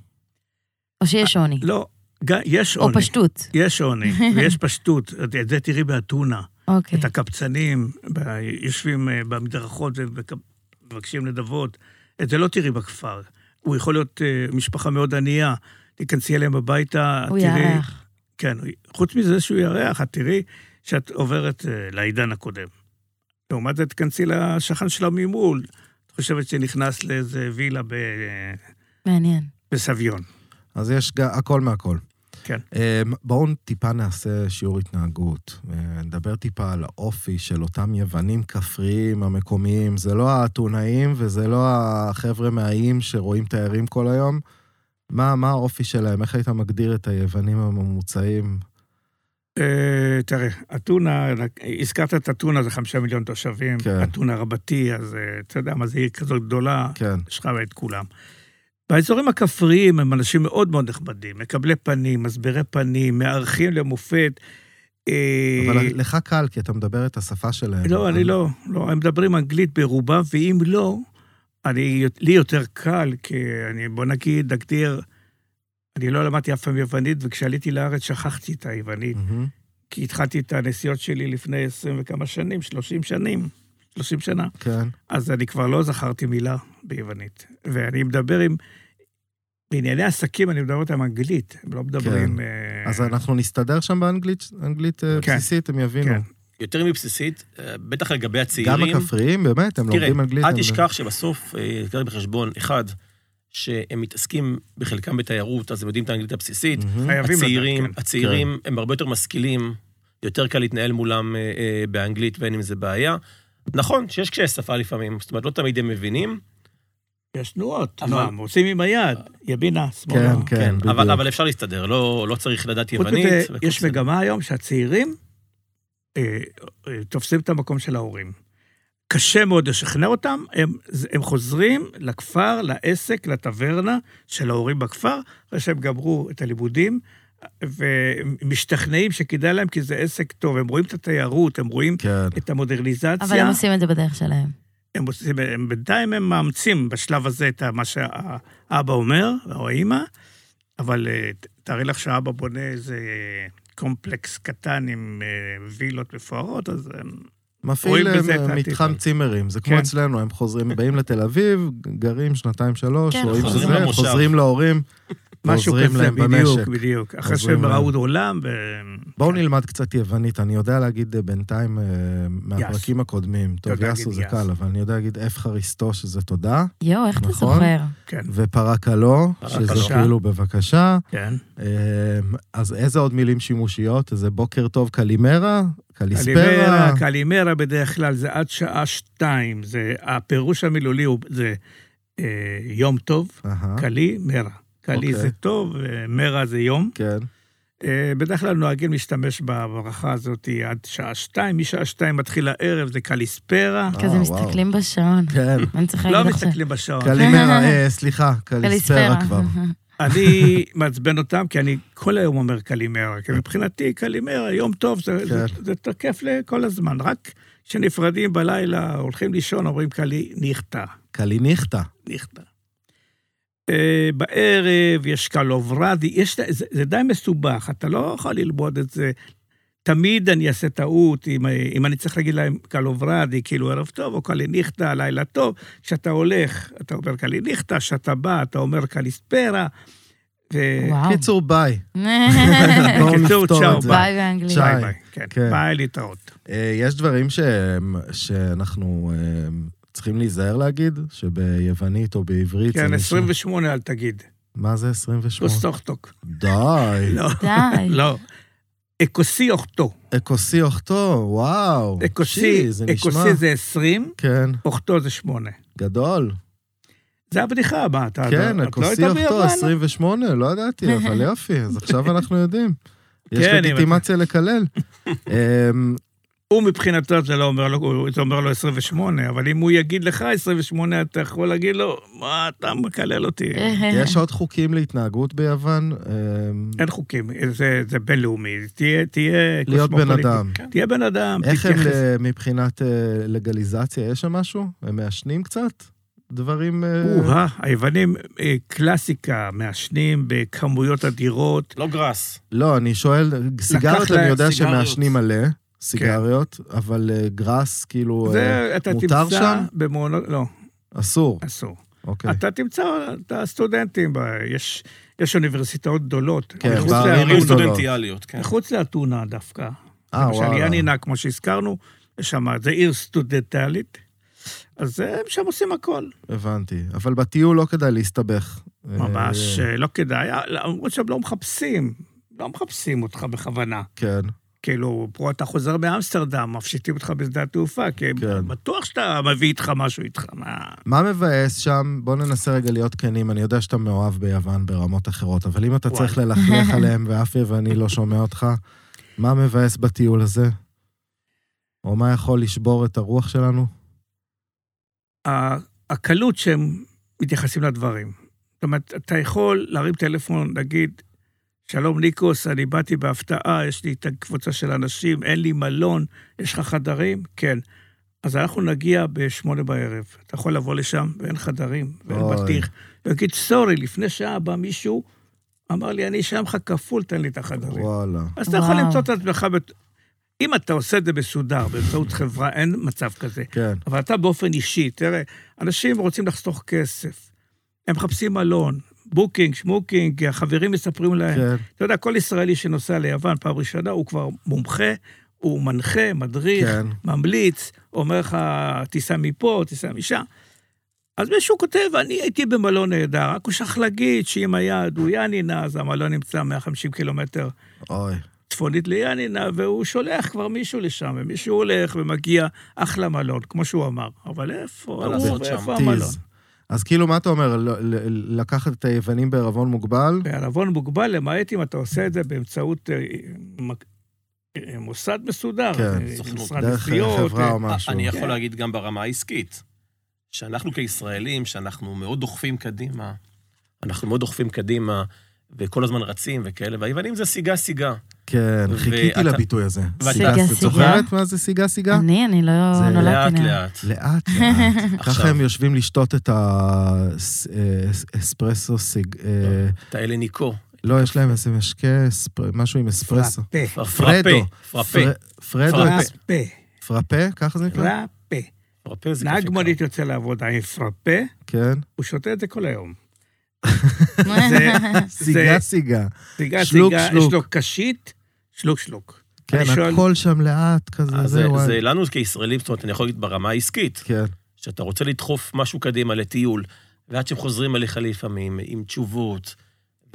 או שיש עוני.
לא, ג- יש
או
עוני.
פשטות.
יש עוני, ויש פשטות. את זה תראי באתונה.
אוקיי.
את הקבצנים, ב- יושבים אה, במדרכות ומבקשים נדבות. את זה לא תראי בכפר. הוא יכול להיות אה, משפחה מאוד ענייה. תיכנסי אליהם הביתה,
הוא
תראי...
ירח.
כן, הוא- חוץ מזה שהוא ירח, את תראי שאת עוברת אה, לעידן הקודם. לעומת זה, תיכנסי לשכן שלה ממול. את חושבת שנכנס לאיזה וילה ב... אה,
מעניין.
בסביון.
אז יש גם הכל מהכל.
כן.
אה, בואו טיפה נעשה שיעור התנהגות. אה, נדבר טיפה על האופי של אותם יוונים כפריים המקומיים. זה לא האתונאים וזה לא החבר'ה מהאיים שרואים תיירים כל היום. מה, מה האופי שלהם? איך היית מגדיר את היוונים הממוצעים?
אה, תראה, אתונה, הזכרת את אתונה, זה חמישה מיליון תושבים.
כן.
אתונה רבתי, אז אה, אתה יודע מה, זו עיר כזאת גדולה,
כן,
יש לך את כולם. באזורים הכפריים הם אנשים מאוד מאוד נחמדים, מקבלי פנים, מסבירי פנים, מארחים למופת. אה,
אבל לך קל, כי אתה מדבר את השפה שלהם.
לא, אני לא, לא, הם מדברים אנגלית ברובה, ואם לא, אני, לי יותר קל, כי אני, בוא נגיד, נגדיר, אני לא למדתי אף פעם יוונית, וכשעליתי לארץ שכחתי את היוונית,
מהמם.
כי התחלתי את הנסיעות שלי לפני עשרים וכמה שנים, שלושים שנים, שלושים שנה.
כן,
אז אני כבר לא זכרתי מילה ביוונית. ואני מדבר עם... בענייני עסקים אני מדבר איתם אנגלית, הם לא מדברים... אה,
כן. אז אנחנו נסתדר שם באנגלית אנגלית, אה,
כן.
בסיסית, הם יבינו.
כן.
יותר מבסיסית, אה, בטח לגבי הצעירים.
גם הכפריים, באמת, הם לומדים אנגלית.
תראה, אל
הם-
תשכח שבסוף, אה, תקח בחשבון, אחד, שהם מתעסקים בחלקם בתיירות, אז הם יודעים את האנגלית הבסיסית.
מהמם.
חייבים לדעת,
הצעירים,
כן.
הצעירים הם הרבה יותר משכילים, יותר קל להתנהל מולם אה, אה, באנגלית ואין עם זה בעיה. נכון שיש קשיי שפה לפעמים, זאת אומרת, לא תמיד הם מבינים,
כן. יש תנועות,
אבל-
מה, הם עושים עם היד, ימינה, שמאלה.
כן, כן, בדיוק.
אבל, אבל אפשר להסתדר, לא, לא צריך לדעת
חוץ
יוונית.
מזה,
והכל
יש
בסדר.
מגמה היום שהצעירים אה, אה, תופסים את המקום של ההורים. קשה מאוד לשכנע אותם, הם, הם חוזרים לכפר, לעסק, לטברנה של ההורים בכפר, אחרי שהם גמרו את הלימודים, ומשתכנעים שכדאי להם כי זה עסק טוב, הם רואים את התיירות, הם רואים
כן.
את המודרניזציה.
אבל הם עושים את זה בדרך שלהם.
הם עושים, הם בינתיים הם מאמצים בשלב הזה את מה שהאבא אומר, או האימא, אבל אה, ת- תארי לך שהאבא בונה איזה קומפלקס קטן עם אה, וילות מפוארות, אז אה, הם...
מפעיל
רואים בזה
הם,
את העתיד.
מתחם צימרים, זה כמו
כן.
אצלנו, הם חוזרים, באים לתל אביב, גרים שנתיים-שלוש,
כן,
רואים
חוזרים
שזה,
למושב.
חוזרים להורים,
משהו
ועוזרים
כזה,
להם
בדיוק,
במשק.
בדיוק. אחרי
עוזרים
שהם
להם.
ראו עולם, ו...
בואו נלמד קצת יוונית, אני יודע להגיד אה, בינתיים אה, מהפרקים הקודמים, טוב,
יודע
יאסו
להגיד
זה
יאסו.
קל, אבל אני יודע להגיד אף חריסטו, שזה תודה,
יואו, איך אתה
נכון.
זוכר?
כן,
ופרקלו, שזה
פרקלו.
כאילו בבקשה.
כן.
אה, אז איזה עוד מילים שימושיות? איזה בוקר טוב, קלימרה? קליספרה?
קלימרה, קלימרה בדרך כלל זה עד שעה שתיים, זה, הפירוש המילולי הוא, זה אה, יום טוב,
אהה,
קלי, מרה.
אה?
קלי
אוקיי.
זה טוב, אה, מרה זה יום.
כן.
אה, בדרך כלל נוהגים להשתמש בברכה הזאת עד שעה שתיים, משעה שתיים מתחיל הערב, זה קליספרה.
אה,
כזה
וואו.
מסתכלים בשעון.
כן.
מה אני צריכה
לא
להגיד עכשיו?
מסתכלים בשעון.
קלימרה, אה, סליחה, קליספרה כבר.
אני מעצבן אותם, כי אני כל היום אומר קלימרה, כי מבחינתי קלימרה, יום טוב, זה, זה,
כן.
זה תקף לכל הזמן. רק כשנפרדים בלילה, הולכים לישון, אומרים קלי, נכתה,
קליניכטה.
נכתה. אה, בערב יש קלוברדי, יש, זה, זה די מסובך, אתה לא יכול ללמוד את זה. תמיד אני אעשה טעות, אם, אם אני צריך להגיד להם קלוברדי, כאילו ערב טוב, או קליניכטה, לילה טוב, כשאתה הולך, אתה אומר קליניכטה, כשאתה בא, אתה אומר קליספרה. ו...
וואו.
קיצור, ביי. בואו
בקיצור,
נפתור
צ'או,
את לא, זה.
ביי באנגלית.
צ'אי.
ביי ביי, כן,
כן.
ביי להתראות.
אה, יש דברים שהם- שאנחנו אה, צריכים להיזהר להגיד, שביוונית או בעברית... זה
כן,
נשמע-
28 אל תגיד.
מה זה 28?
אוסטוכטוק.
די.
לא,
די.
לא. אקוסי אוכטו.
אקוסי אוכטו, וואו.
אקוסי,
שי, זה נשמע...
אקוסי זה 20,
כן,
אוכטו זה 8.
גדול.
זה הבדיחה הבאה, אתה
כן,
את לא
הכוסי
הייתה
אוכטו,
ביוון?
28, לא ידעתי, אבל יופי, אז עכשיו אנחנו יודעים. יש
כן, אם
לגיטימציה לקלל. אמ,
הוא מבחינתו זה לא אומר לו, הוא- זה אומר לו 28, אבל אם הוא יגיד לך 28, אתה יכול להגיד לו, מה אתה מקלל אותי?
כן.
אה, יש עוד חוקים להתנהגות ביוון? אמ,
אין חוקים, זה, זה בינלאומי, תהיה, תהיה...
להיות בן
קוסמופוליטי. כן.
אדם.
תהיה בן אדם,
איך הם
אה, תתייחס.
ל- מבחינת אה, לגליזציה, יש שם משהו? הם מעשנים קצת? דברים... אה,
או-אה, היוונים אה, קלאסיקה, מעשנים בכמויות אדירות.
לא גראס.
לא, אני שואל, סיגריות
להם
אני יודע
סיגריות.
שמעשנים
כן.
מלא, סיגריות, אבל אה, גראס, כאילו, אה,
זה אתה
מותר
תמצא
שם?
במעונות, לא,
אסור.
אסור.
אוקיי.
אתה תמצא את הסטודנטים, ב- יש, יש אוניברסיטאות גדולות.
כן,
מחוץ
בערים
לערים,
ערים
גדולות.
סטודנטיאליות, כן.
מחוץ לאתונה דווקא.
אה,
למשל,
וואלה.
יאנינה, כמו שהזכרנו, יש שם, זה עיר סטודנטלית, אז אה, הם שם עושים הכל.
הבנתי. אבל בטיול לא כדאי להסתבך.
ממש
אה,
אה, לא כדאי, אה, לא, למרות שהם לא מחפשים, לא מחפשים אותך בכוונה.
כן,
כאילו, פה אתה חוזר מאמסטרדם, מפשיטים אותך בשדה התעופה, כי
כן.
בטוח שאתה מביא איתך משהו איתך, מה...
מה מבאס שם? בוא ננסה רגע להיות כנים, אני יודע שאתה מאוהב ביוון ברמות אחרות, אבל אם אתה
וואי.
צריך ללכלך עליהם ואף יווני לא שומע אותך, מה מבאס בטיול הזה? או מה יכול לשבור את הרוח שלנו?
ה- הקלות שהם מתייחסים לדברים. זאת אומרת, אתה יכול להרים טלפון, להגיד, שלום ניקוס, אני באתי בהפתעה, יש לי את הקבוצה של אנשים, אין לי מלון, יש לך חדרים? כן. אז אנחנו נגיע בשמונה בערב. אתה יכול לבוא לשם, ואין חדרים, ואין
אוי.
בטיח. ויגיד, סורי, לפני שעה בא מישהו, אמר לי, אני אשלם לך כפול, תן לי את החדרים.
וואלה.
אז אתה יכול
וואו.
למצוא את עצמך, בת- אם אתה עושה את זה מסודר, באמצעות חברה, אין מצב כזה.
כן,
אבל אתה באופן אישי, תראה, אנשים רוצים לחסוך כסף, הם מחפשים מלון, בוקינג, שמוקינג, כי החברים מספרים להם.
כן.
אתה יודע, כל ישראלי שנוסע ליוון פעם ראשונה, הוא כבר מומחה, הוא מנחה, מדריך,
כן.
ממליץ, אומר לך, תיסע מפה, תיסע משם. אז מישהו כותב, אני הייתי במלון נהדר, רק הוא שכח להגיד שאם היה דויאנינה, אז המלון נמצא 150 קילומטר
אוי.
צפונית ליאנינה, והוא שולח כבר מישהו לשם, ומישהו הולך ומגיע אחלה מלון, כמו שהוא אמר. אבל איפה,
ברור,
איפה,
שם.
איפה
טיז.
המלון?
אז כאילו, מה אתה אומר? ל- ל- לקחת את היוונים בערבון מוגבל?
בערבון מוגבל, למעט אם אתה עושה את זה באמצעות אה, מק- אה, מוסד מסודר,
כן,
אה,
סוכנות.
משרד
דרך
נסיעות,
חברה
אה,
או משהו.
אני יכול
כן.
להגיד גם ברמה העסקית, שאנחנו כישראלים, שאנחנו מאוד דוחפים קדימה, אנחנו מאוד דוחפים קדימה, וכל הזמן רצים וכאלה, והיוונים זה סיגה-סיגה.
כן,
ואתה-
חיכיתי לביטוי הזה.
ואתה-
סיגה,
סיגה,
את
סיגה?
זוכרת מה זה סיגה סיגה?
אני, אני לא
זה
נולדתי נראה.
לאט
לאט-לאט.
לאט.
עכשיו.
ככה הם יושבים לשתות את האספרסו סיג... אה,
את האלה ניקו.
לא, יש להם איזה משקה, אספר- משהו עם אספרסו.
רפה,
פרדו.
פרפה.
פר- פרדו,
אה.
פרפה.
רפה,
פרפה, ככה זה נקרא?
רפה.
פרפה זה
נהג
קפה
מונית יוצא לעבודה עם פרפה,
כן.
הוא שותה את זה כל היום.
סיגה סיגה.
סיגה,
שלוק,
סיגה,
שלוק.
יש לו קשית, שלוק, שלוק.
כן,
אני שואל-
הכל שם לאט
קר.
כזה,
אז זה,
זה וואי.
זה לנו כישראלים, זאת אומרת, אני יכול להגיד ברמה העסקית,
כן,
שאתה רוצה לדחוף משהו קדימה לטיול, ועד שהם חוזרים אליך לפעמים עם תשובות,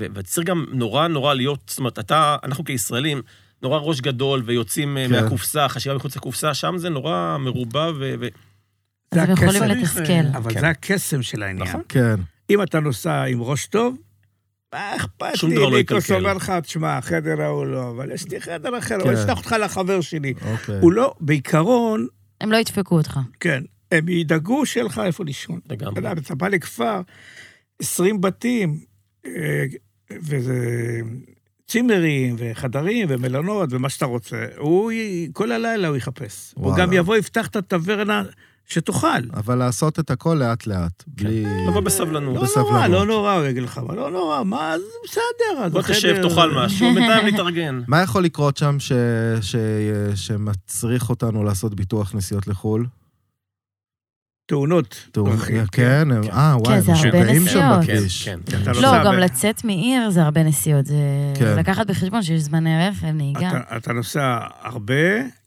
ו- וצריך גם נורא נורא להיות, זאת אומרת, אתה, אנחנו כישראלים, נורא ראש גדול, ויוצאים אה,
כן.
מהקופסה, חשיבה מחוץ לקופסה, שם זה נורא מרובע ו... ו-
אז הם
זה אה.
יכולים
הקסם.
לתסכל.
אבל
כן.
זה הקסם של העניין.
נכון.
כן.
אם אתה נוסע עם ראש טוב, מה אכפת לי?
שום דבר לא
ניקוס
יקלקל.
אומר לך, תשמע, החדר ההוא לא, אבל יש לי חדר אחר,
כן.
אבל אשלח אותך לחבר שלי.
אוקיי.
הוא לא, בעיקרון,
הם לא ידפקו אותך.
כן, הם ידאגו שיהיה לך איפה לישון. אתה
לגמרי.
יודע, אתה בא לכפר, 20 בתים, אה, וזה צימרים, וחדרים, ומלונות, ומה שאתה רוצה. הוא, י- כל הלילה הוא יחפש. הוא
וואלה.
גם יבוא, יפתח את הטברנה שתאכל.
אבל לעשות את הכל לאט-לאט,
כן.
בלי...
לבוא בסבלנות.
לא
בסבלנות.
נורא, לא נורא, הוא יגיד לך, "אבל לא נורא, מה, זה בסדר. אז
בוא
בחדר-
תשב, תאכל משהו, בינתיים נתארגן.
מה יכול לקרות שם ש... ש... שמצריך אותנו לעשות ביטוח נסיעות לחו"ל?
תאונות.
תאום-
דרכים,
כן, הם- אה, וואי,
זה
הם
הרבה
משוגעים שם
נסיעות.
כן,
בכביש.
כן.
אתה
לא,
נוסע
גם
ב-
לצאת מעיר זה הרבה נסיעות. זה
כן.
לקחת בחשבון שיש זמני רכב, נהיגה.
אתה- אתה נוסע הרבה,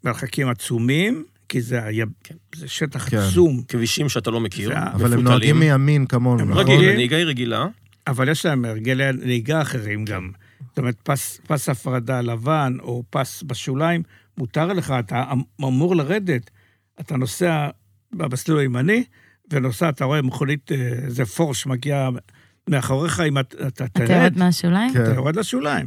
מרחקים עצומים, כי זה היב- זה שטח
כן.
עצום.
כבישים שאתה לא מכיר,
זה-
אבל הם
מפותלים.
נוהגים מימין כמונו,
הם
נכון?
רגיל,
נכון.
הנהיגה היא רגילה.
אבל יש להם הרגלי נהיגה אחרים גם. זאת אומרת, פס, פס הפרדה לבן או פס בשוליים, מותר לך, אתה אמ- אמור לרדת. אתה נוסע במסלול הימני, ונוסע, אתה רואה מכונית, אה, איזה פורש מגיע מאחוריך, אם אתה אתה
אתה
תרד,
יורד מהשוליים?
כן.
אתה יורד לשוליים.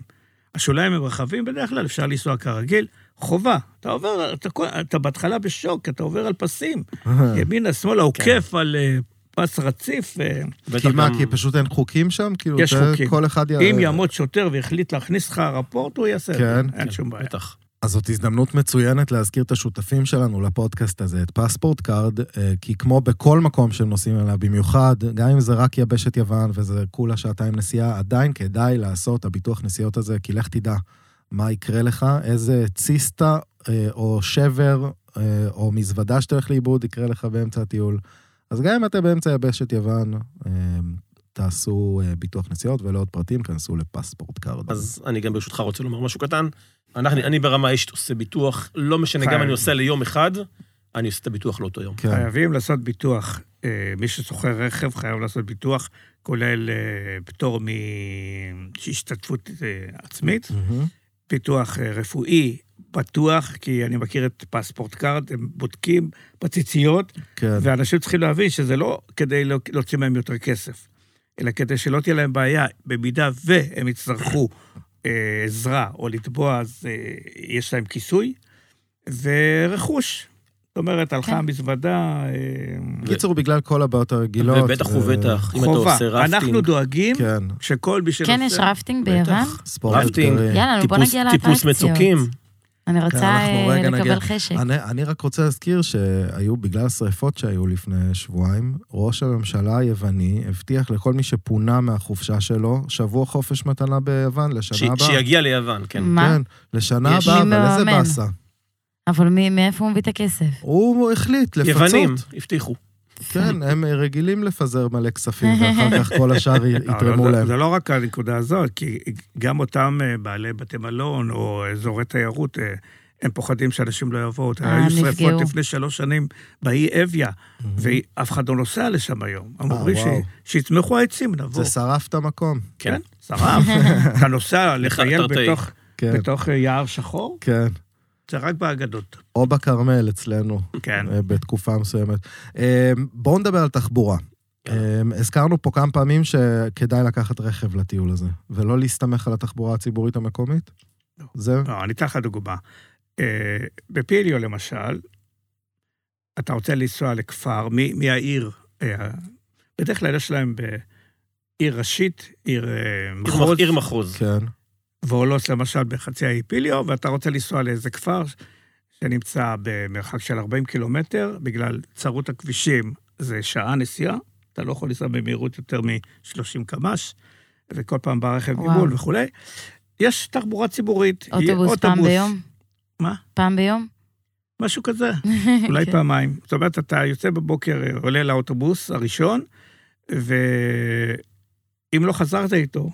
השוליים הם רחבים בדרך כלל, אפשר לנסוע כרגיל, חובה. אתה עובר, אתה, כל- אתה בהתחלה בשוק, אתה עובר על פסים,
כן.
ימינה, שמאלה, עוקף על אה, פס רציף. אה,
בטח
כי מה,
גם-
כי פשוט אין חוקים שם? כאילו,
יש
זה-
חוקים.
כל אחד... י-
אם יעמוד שוטר והחליט להכניס לך רפורט, הוא יעשה את זה.
כן.
אין שום בעיה.
בטח.
אז זאת הזדמנות מצוינת להזכיר את השותפים שלנו לפודקאסט הזה, את פספורט קארד, אה, כי כמו בכל מקום שהם נוסעים אליו, במיוחד, גם אם זה רק יבשת יוון וזה כולה שעתיים נסיעה, עדיין כדאי לעשות את הביטוח נסיעות הזה, כי לך תדע מה יקרה לך, איזה ציסטה אה, או שבר אה, או מזוודה שתלך לאיבוד יקרה לך באמצע הטיול. אז גם אם אתם באמצע יבשת יוון, אה, תעשו אה, ביטוח נסיעות ולעוד פרטים, כנסו לפספורט קארד.
אז אני גם ברשותך רוצה לומר משהו קטן. אנחנו, אני ברמה אישית עושה ביטוח, לא משנה, גם
חייב.
אני עושה ליום אחד, אני עושה את הביטוח לאותו יום.
כן,
חייבים לעשות ביטוח. אה, מי ששוכר רכב חייב לעשות ביטוח, כולל אה, פטור מהשתתפות אה, עצמית.
מהמם.
ביטוח אה, רפואי בטוח, כי אני מכיר את פספורט קארד, הם בודקים בציציות,
כן.
ואנשים צריכים להבין שזה לא כדי לא- להוציא מהם יותר כסף, אלא כדי שלא תהיה להם בעיה, במידה והם יצטרכו אה, עזרה או לתבוע, אז אה, יש להם כיסוי, ורכוש. זאת אומרת, הלכה
כן.
המזוודה, אה,
קיצור, בגלל כל הבעיות הרגילות.
ובטח
ו-
ובטח, אם אתה
חובה.
עושה
אנחנו
רפטינג,
דואגים
כן,
שכל מי שנוסע...
כן, יש רפטינג ביוון?
ספורט
רפטינג.
אתגרי.
יאללה, נו, בוא
טיפוס-
נגיע
טיפוס
לאטרקציות.
מצוקים,
אני
כן,
רוצה
אנחנו
אה,
רגע נגיע.
לקבל חשק.
אני, אני רק רוצה להזכיר שהיו, בגלל השרפות שהיו לפני שבועיים, ראש הממשלה היווני הבטיח לכל מי שפונה מהחופשה שלו, שבוע חופש מתנה ביוון לשנה
ש-
הבאה.
שיגיע ליוון, כן.
מה?
כן, לשנה
יש.
הבאה,
מי
אבל איזה
מממן?
באסה.
אבל מי- מאיפה הוא מביא את הכסף?
הוא החליט לפצות.
יוונים, הבטיחו.
כן, הם רגילים לפזר מלא כספים, ואחר כך כל השאר י-
לא,
יתרמו
לא, זה-
להם.
זה לא רק הנקודה הזאת, כי גם אותם אה, בעלי בתי מלון או אזורי תיירות, אה, הם פוחדים שאנשים לא יבואו.
אה,
היו שרפות
נפגעו.
לפני שלוש שנים באי אביה, ואף אחד לא נוסע לשם היום. הם
אה,
אומרים
וואו.
ש- שיצמחו העצים, נבוא.
זה שרף את המקום.
כן.
שרף. אתה נוסע לטייל
תרתי.
בתוך-
כן,
בתוך אה, יער שחור?
כן.
זה רק באגדות.
או בכרמל אצלנו.
כן.
אה, בתקופה מסוימת. אה, בואו נדבר על תחבורה.
כן.
אה, הזכרנו פה כמה פעמים שכדאי לקחת רכב לטיול הזה, ולא להסתמך על התחבורה הציבורית המקומית.
לא.
זה?
לא, אני אתן לך דוגמה. אה, בפיליו למשל, אתה רוצה לנסוע לכפר מ- מהעיר, אה, בדרך כלל יש להם בעיר ראשית, עיר אה,
עיר
מחוז,
מח- עיר מחוז.
כן.
ועולות למשל בחצי האי פיליו, ואתה רוצה לנסוע לאיזה כפר שנמצא במרחק של 40 קילומטר, בגלל צרות הכבישים זה שעה נסיעה, אתה לא יכול לנסוע במהירות יותר מ-30 קמ"ש, וכל פעם בא רכב
וואו.
גיבול וכולי. יש תחבורה ציבורית, יהיה
אוטובוס פעם ביום?
מה?
פעם ביום?
משהו כזה, אולי
כן.
פעמיים. זאת אומרת, אתה יוצא בבוקר, עולה לאוטובוס הראשון, ואם לא חזרת איתו,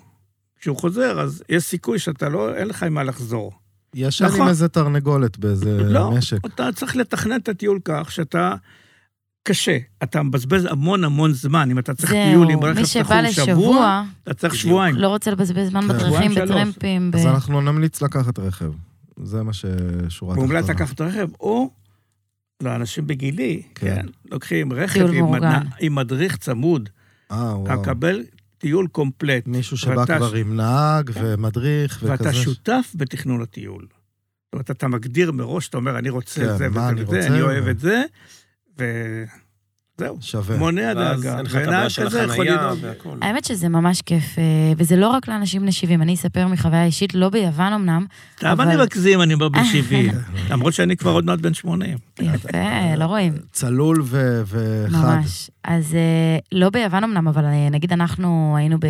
כשהוא חוזר, אז יש סיכוי שאתה לא, אין לך עם מה לחזור.
ישן עם
נכון.
איזה תרנגולת באיזה
לא.
משק.
אתה צריך לתכנן את הטיול כך שאתה... קשה, אתה מבזבז המון המון זמן, אם אתה צריך טיול עם
זהו,
רכב
מי שבא
תחום שבוע,
לשבוע,
אתה צריך
בדיוק.
שבועיים.
לא רוצה לבזבז זמן
כן.
בדרכים,
שבועיים, שלוש.
בטרמפים. ב-
אז אנחנו נמליץ לקחת רכב. זה מה ששורה
לא.
מומלץ לקחת רכב, או לאנשים בגילי,
כן.
כן, לוקחים רכב
טיול
עם
מאורגן.
מדע- עם מדריך צמוד,
אה, וואו.
אתה מקבל טיול קומפלט.
מישהו שבא
ואתה- כן.
כבר עם נהג ומדריך וכזה.
ואתה שותף בתכנון הטיול. זאת אומרת, אתה מגדיר מראש, אתה אומר, אני רוצה
כן,
את זה
מה אני
וזה וזה,
רוצה,
אני
ו-
אוהב את זה, וזהו.
שווה.
מונע
ואז
דאגה.
אין לך את
ונהג
הבעיה של
כזה יכול
החנייה
לנהוג.
והכל.
האמת שזה ממש כיף, אה, וזה לא רק לאנשים נשיבים, אני אספר מחוויה אישית, לא ביוון אמנם,
למה
אבל-
אני מגזים, אני בא בשבעים. למרות שאני כבר עוד מעט בן 80.
יפה, לא רואים.
צלול ו- וחד.
ממש. אז אה, לא ביוון אמנם, אבל אה, נגיד אנחנו היינו ב...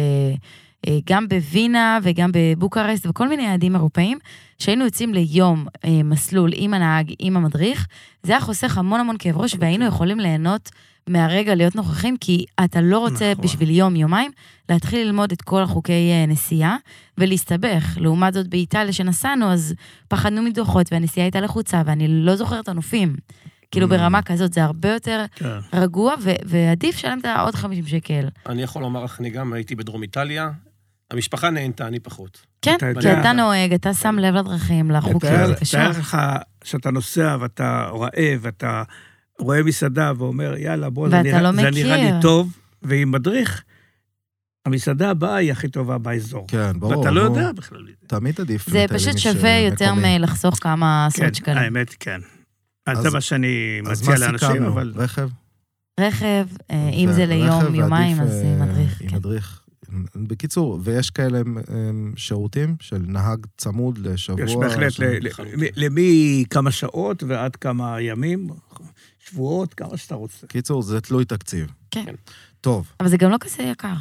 אה, גם בווינה וגם בבוקרשט וכל מיני יעדים אירופאיים, שהיינו יוצאים ליום אה, מסלול עם הנהג, עם המדריך, זה היה חוסך המון המון כאב ראש, והיינו יכולים ליהנות מהרגע להיות נוכחים, כי אתה לא רוצה
נכון.
בשביל יום-יומיים להתחיל ללמוד את כל החוקי אה, נסיעה ולהסתבך. לעומת זאת, באיטליה שנסענו, אז פחדנו מדוחות, והנסיעה הייתה לחוצה, ואני לא זוכרת הנופים. כאילו ברמה כזאת זה הרבה יותר
כן.
רגוע, ו- ועדיף לשלם את העוד 50 שקל.
אני יכול לומר לך, אני גם הייתי בדרום איטליה, המשפחה נהנתה, אני פחות.
כן,
אתה
כי
יודע. כן,
אתה נוהג, אתה שם לב לדרכים,
אוקיי.
לחוקים,
תאר
זה קשור.
תאר לך שאתה נוסע ואתה רעב, ואתה רואה מסעדה ואומר, יאללה, בוא, זה
ואתה
נראה-
לא
זה נראה
מכיר."
לי טוב, ועם מדריך, המסעדה הבאה היא הכי טובה באזור.
כן, ברור.
ואתה לא
נו,
יודע בכלל.
תמיד עדיף.
זה
לתל
פשוט
למי
שווה יותר
שמקומי.
מלחסוך כמה עשרות
כן,
שקלים.
האמת, כן. אז
אז-
זה מה שאני
אז
מציע
מה
לאנשים,
סיכמנו?
אבל...
רכב?
רכב, אה, אם זה
ורכב,
ליום,
ועדיף,
יומיים, אז
אה,
אה, מדריך.
עם
כן.
מדריך. בקיצור, ויש כאלה אה, שירותים של נהג צמוד לשבוע. אה,
יש בהחלט
של-
ל- ל- למי כמה שעות ועד כמה ימים, שבועות, כמה שאתה רוצה.
קיצור, זה תלוי תקציב.
כן.
טוב,
אבל זה גם לא כזה יקר,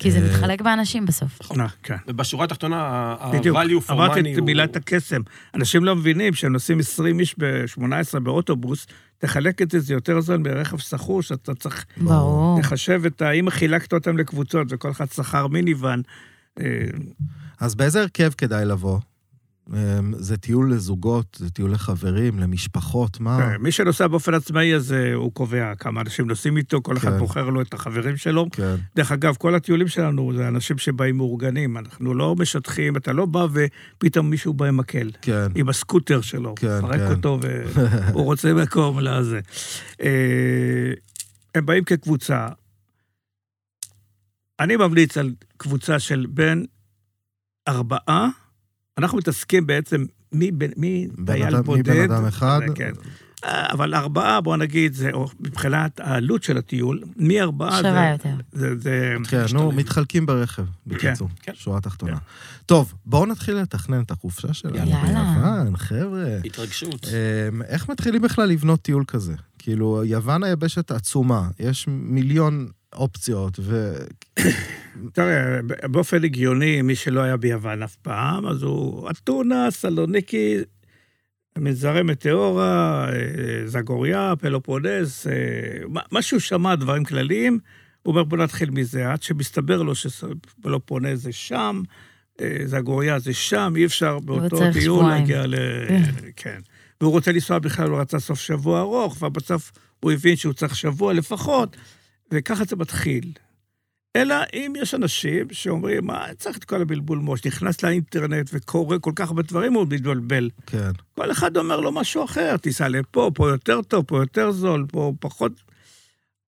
כי זה
אה,
מתחלק באנשים בסוף.
נכון, כן.
ובשורה התחתונה, ה-
בדיוק,
ה-value for money הוא...
אמרתי את מילת הקסם. אנשים לא מבינים שהם נוסעים 20 איש ב-18 באוטובוס, תחלק את זה, זה יותר זול מרכב סחור, שאתה צריך
ברור.
לחשב את ה... אם חילקת אותם לקבוצות וכל אחד שכר מיניוון, אה,
אז באיזה הרכב כדאי לבוא? אה, זה טיול לזוגות, זה טיול לחברים, למשפחות, מה?
כן, מי שנוסע באופן עצמאי, אז אה, הוא קובע כמה אנשים נוסעים איתו, כל אחד
כן.
בוחר לו את החברים שלו.
כן.
דרך אגב, כל הטיולים שלנו זה אנשים שבאים מאורגנים, אנחנו לא משטחים, אתה לא בא ופתאום מישהו בא עם מקל,
כן.
עם הסקוטר שלו,
כן,
מפרק
כן.
אותו והוא רוצה מקום לזה. אה, הם באים כקבוצה. אני ממליץ על קבוצה של בין ארבעה, אנחנו מתעסקים בעצם מי בן- מי
בן
דייל
אדם- מי
בודד.
בן אדם אחד?
כן. אה, אבל ארבעה, בוא נגיד, זה או- מבחינת העלות של הטיול, מארבעה אה, זה...
שווה יותר.
זה, זה...
כן, נו,
משתלם.
מתחלקים ברכב, בקיצור,
כן.
שורה תחתונה. טוב, בואו נתחיל לתכנן את החופשה שלנו.
יאללה.
ביוון, חבר'ה.
התרגשות.
אמ, איך מתחילים בכלל לבנות טיול כזה? כאילו, יוון היבשת עצומה, יש מיליון אופציות, ו...
תראה, ב- באופן הגיוני, מי שלא היה ביוון אף פעם, אז הוא אתונה, סלוניקי, מזרי מטאורה, אה, זגוריה, פלופונס, אה, מה- מה שהוא שמע, דברים כלליים, הוא אומר, בוא נתחיל מזה, עד שמסתבר לו שפלופונס זה שם, אה, זגוריה זה שם, אי אפשר באותו
צריך
טיול
שבועיים.
להגיע ל... כן. והוא רוצה לנסוע בכלל, הוא רצה סוף שבוע ארוך, ובסוף הוא הבין שהוא צריך שבוע לפחות, וככה זה מתחיל. אלא אם יש אנשים שאומרים, מה, צריך את כל הבלבול מוש, נכנס לאינטרנט וקורא כל כך הרבה דברים, הוא מתבלבל.
כן,
כל אחד אומר לו משהו אחר, תיסע לפה, פה יותר טוב, פה יותר זול, פה פחות...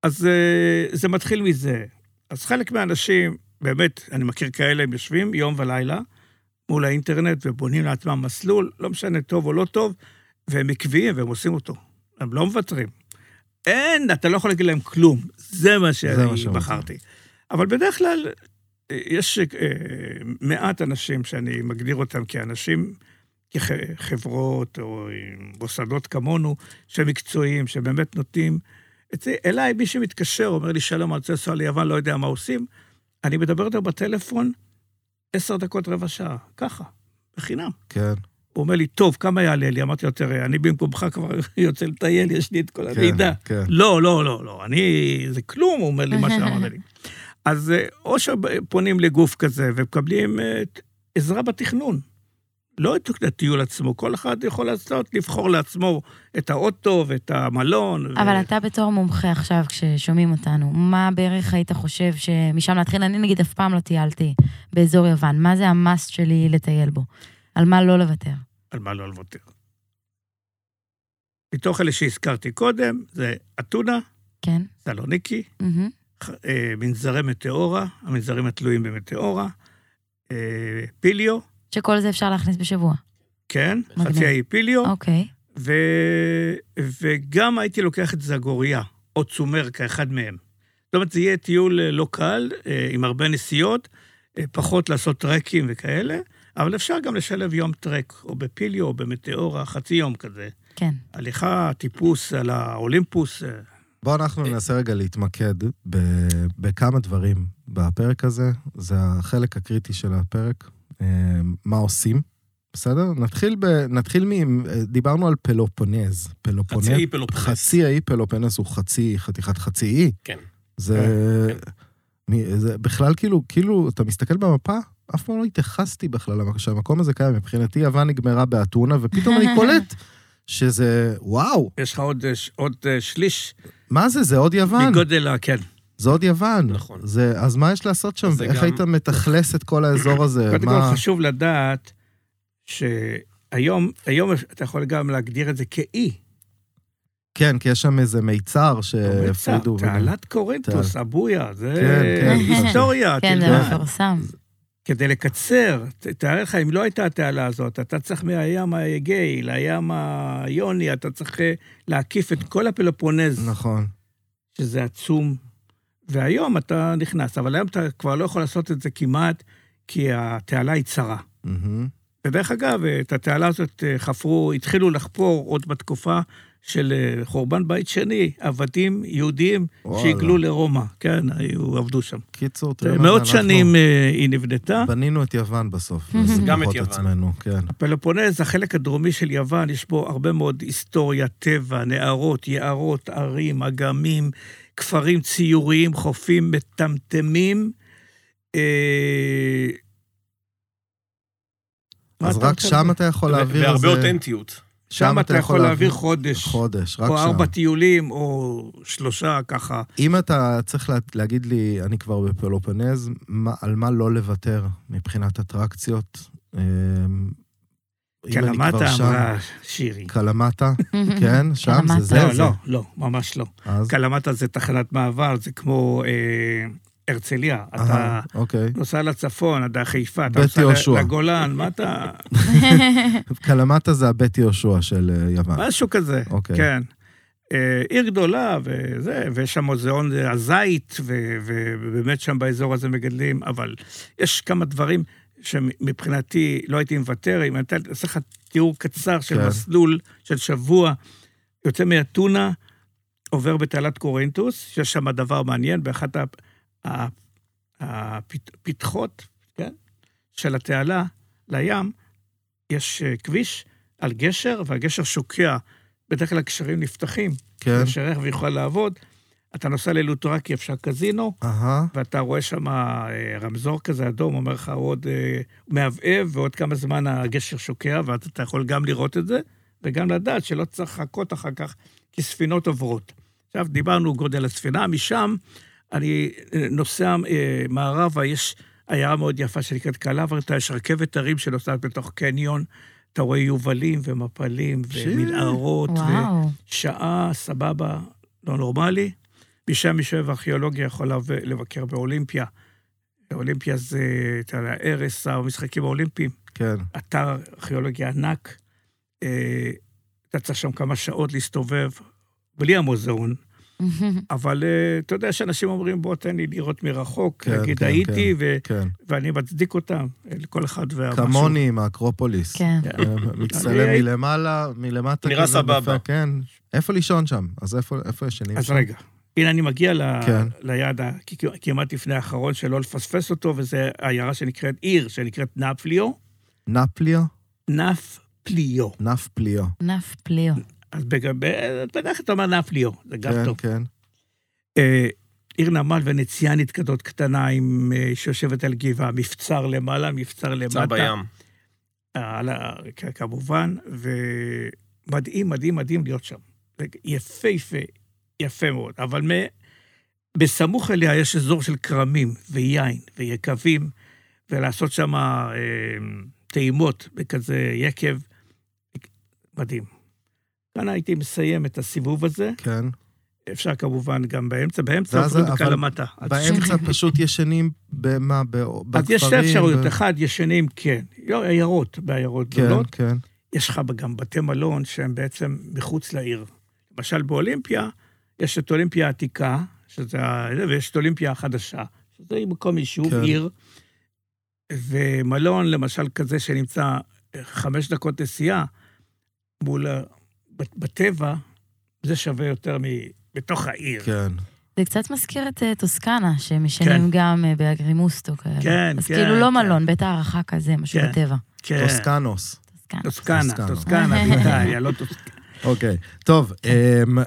אז אה, זה מתחיל מזה. אז חלק מהאנשים, באמת, אני מכיר כאלה, הם יושבים יום ולילה מול האינטרנט ובונים לעצמם מסלול, לא משנה טוב או לא טוב, והם עקביים, והם עושים אותו. הם לא מוותרים. אין, אתה לא יכול להגיד להם כלום. זה מה
מה
שאני
שהם
בחרתי. אבל בדרך כלל, אה, יש אה, מעט אנשים שאני מגדיר אותם כאנשים, כחברות או אה, מוסדות כמונו, שמקצועיים, שבאמת נותנים... את זה. אליי מי שמתקשר, אומר לי, שלום, אני רוצה לנסוע ליוון, לא יודע מה עושים. אני מדבר איתו בטלפון עשר דקות, רבע שעה, ככה, בחינם.
כן.
הוא אומר לי, טוב, כמה יעלה לי? אמרתי לו, תראה, אני במקומך כבר יוצא לטייל, יש לי את כל המידע.
כן.
לא, לא, לא, לא, אני... זה כלום, הוא אומר לי, מה שאמרת לי. אז אה, או שפונים לגוף כזה ומקבלים אה, ת- עזרה בתכנון. לא את הטיול עצמו, כל אחד יכול לעשות, לבחור לעצמו את האוטו ואת המלון. ו-
אבל אתה בתור מומחה עכשיו, כששומעים אותנו, מה בערך היית חושב שמשם להתחיל? אני נגיד אף פעם לא טיילתי באזור יוון, מה זה המאסט שלי לטייל בו? על מה לא לוותר?
על מה לא לוותר. מתוך אלה שהזכרתי קודם, זה אתונה,
כן?
סלוניקי,
מהמם.
ח- אה, מנזרי מטאורה, המנזרים התלויים במטאורה, אה, פיליו,
שכל זה אפשר להכניס בשבוע.
כן,
מגניב.
חצי האי פיליו,
אוקיי.
ו... וגם הייתי לוקח את זגוריה, או צומר כאחד מהם. זאת אומרת, זה יהיה טיול אה, לא קל, אה, עם הרבה נסיעות, אה, פחות לעשות טרקים וכאלה, אבל אפשר גם לשלב יום טרק, או בפיליו, או במטאורה, חצי יום כזה.
כן.
הליכה, טיפוס על האולימפוס, אה,
בואו אנחנו ננסה רגע להתמקד ב- בכמה דברים בפרק הזה. זה החלק הקריטי של הפרק, אה, מה עושים, בסדר? נתחיל, ב, נתחיל מ... אה, דיברנו על פלופונז. פלופונז.
חצי איפל או פחס.
חצי האי פלופונז הוא חצי, חתיכת חצי אי.
כן.
זה...
כן.
מי- זה בכלל כאילו, כאילו, אתה מסתכל במפה, אף פעם לא התייחסתי בכלל למה שהמקום הזה קיים. מבחינתי יוון נגמרה באתונה, ופתאום אני קולט שזה, וואו,
יש לך עוד, אה, ש- עוד אה, שליש
מה זה, זה עוד יוון.
מגודל, ה- כן.
זה עוד יוון.
נכון.
זה, אז מה יש לעשות שם?
זה
איך
גם-
היית מתכלס את כל האזור הזה?
קודם
מה...
כל חשוב לדעת שהיום, היום אתה יכול גם להגדיר את זה כאי.
אה, כן, כי יש שם איזה
לא
מיצר שהפרידו.
מצב, תעלת קורינטוס, אבויה, זה
כן, כן.
היסטוריה.
כן, זה
תלמד.
מפורסם.
כדי לקצר, ת- תאר לך, אם לא הייתה התעלה הזאת, אתה צריך מהים האגאי לים היוני, אתה צריך אה, להקיף את כל הפלופונז,
נכון.
שזה עצום. והיום אתה נכנס, אבל היום אתה כבר לא יכול לעשות את זה כמעט, כי התעלה היא צרה.
מהמם.
ודרך אגב, את התעלה הזאת אה, חפרו, התחילו לחפור עוד בתקופה של אה, חורבן בית שני, עבדים יהודים
וואלה.
שהגלו לרומא, כן, היו, עבדו שם.
קיצור, תראה מה זה,
מאות
אנחנו
שנים אה, היא נבנתה.
בנינו את יוון בסוף.
גם
לספחות
את יוון.
עצמנו, כן.
פלופונז, החלק הדרומי של יוון, יש בו הרבה מאוד היסטוריה, טבע, נהרות, יערות, ערים, אגמים, כפרים ציוריים, חופים מטמטמים. אה, מה
אז
אתה
רק
רוצה?
שם אתה יכול להעביר
והרבה
איזה...
אותנטיות.
שם אתה יכול להעביר חודש.
חודש, רק
או
שם.
ארבע טיולים, או שלושה, ככה.
אם אתה צריך לה- להגיד לי, אני כבר בפלופונז, מה- על מה לא לוותר מבחינת אטרקציות? אמ, אם אני
קלמטה
כבר שם-
אמרה שירי.
קלמטה, כן, שם זה
קלמטה.
זה.
לא,
זה.
לא, לא, ממש לא.
אז,
קלמטה זה תחנת מעבר, זה כמו אה, הרצליה. אתה
אהה, אוקיי.
נוסע לצפון, אתה חיפה, אתה
בית
נוסע
יהושע.
לגולן, מה אתה...
קלמטה זה הבית יהושע של אה, יוון.
משהו כזה,
אוקיי.
כן. אה, עיר גדולה וזה, ויש שם מוזיאון אה, הזית, ו- ו- ובאמת שם באזור הזה מגדלים, אבל יש כמה דברים שמבחינתי לא הייתי מוותר, אם אתה עושה לך תיאור קצר של
כן.
מסלול, של שבוע, יוצא מאתונה, עובר בתעלת קורינטוס, שיש שם דבר מעניין, באחת ה- ה- הפתחות, כן, של התעלה לים, יש אה, כביש על גשר, והגשר שוקע. בדרך כלל הקשרים נפתחים,
כן,
גשר רכב יוכל לעבוד. אתה נוסע ללוטרקי, אפשר קזינו,
אהה,
ואתה רואה שם אה, רמזור כזה אדום, אומר לך עוד אה, מהבהב, ועוד כמה זמן הגשר שוקע, ואז אתה יכול גם לראות את זה, וגם לדעת שלא צריך לחכות אחר כך, כי ספינות עוברות. עכשיו, דיברנו גודל הספינה, משם אני אה, נוסע אה, מערבה, יש עיירה מאוד יפה שנקראת קלברטה, יש רכבת הרים שנוסעת בתוך קניון, אתה רואה יובלים ומפלים
שי.
ומנהרות. ו-
וואו.
שעה סבבה, לא נורמלי. משם מישהו ארכיאולוגיה יכול לב- לבקר באולימפיה. אולימפיה זה, אתה יודע, הרס המשחקים האולימפיים.
כן.
אתר ארכיאולוגיה ענק. אה, אתה צריך שם כמה שעות להסתובב, בלי המוזיאון.
כן.
אבל אה, אתה יודע שאנשים אומרים, בוא תן לי לראות מרחוק,
כן,
להגיד,
כן,
הייתי, ו-
כן.
ואני מצדיק אותם, אה, לכל אחד והמשהו.
כמוני עם האקרופוליס.
כן.
אה, מצטלם
אני-
מלמעלה, מלמטה.
נראה
כזה,
סבבה.
יפה, כן. איפה לישון שם? אז איפה איפה ישנים?
אז
שם?
רגע, הנה אני מגיע ל...
כן.
ליעד ה- כ- כמעט לפני האחרון, שלא לפספס אותו, וזה עיירה שנקראת, עיר שנקראת נפליו.
נפליו?
נפליו.
נפליו.
נף פליאו.
אז לגבי, בדרך כלל אתה אומר נפליו, זה גם
כן,
טוב.
כן.
אה, עיר נמל ונציאנית כזאת קטנה עם, אה, שיושבת על גבעה, מבצר למעלה, מבצר למטה.
צר בים.
אה, על ה... כ- כמובן, ומדהים, מדהים, מדהים להיות שם. זה יפהפה, יפה מאוד. אבל מ... בסמוך אליה יש אזור של כרמים ויין ויקבים, ולעשות שם אה, טעימות בכזה יקב, מדהים. כאן הייתי מסיים את הסיבוב הזה,
כן.
אפשר כמובן גם באמצע, באמצע
ואז-
עוברים
אבל-
בקלמטה. אז-
באמצע פשוט ישנים במה? ב- בכפרים?
אז יש שתי אפשרויות,
ב-
אחד ישנים, כן, לא, עיירות, בעיירות
כן,
גדולות,
כן.
יש לך גם בתי מלון שהם בעצם מחוץ לעיר. למשל באולימפיה, יש את אולימפיה העתיקה, שזה, ה- ויש את אולימפיה החדשה, שזה מקום יישוב,
כן.
כן. עיר, ומלון, למשל, כזה שנמצא חמש דקות נסיעה מול, ה- ב- בטבע, זה שווה יותר מ... בתוך העיר. כן.
כן.
זה קצת מזכיר את אה, טוסקנה, שמשנים גם אה, באגרימוסטו כאלה.
כן,
אז
כן,
כאילו לא
כן.
מלון, בית הערכה כזה, משהו
כן.
בטבע.
כן.
טוסקנוס.
טוסקנה.
טוסקנה,
טוסקנה.
טוסקנה, באיטליה, לא טוסקנה.
אוקיי. טוב, אמ,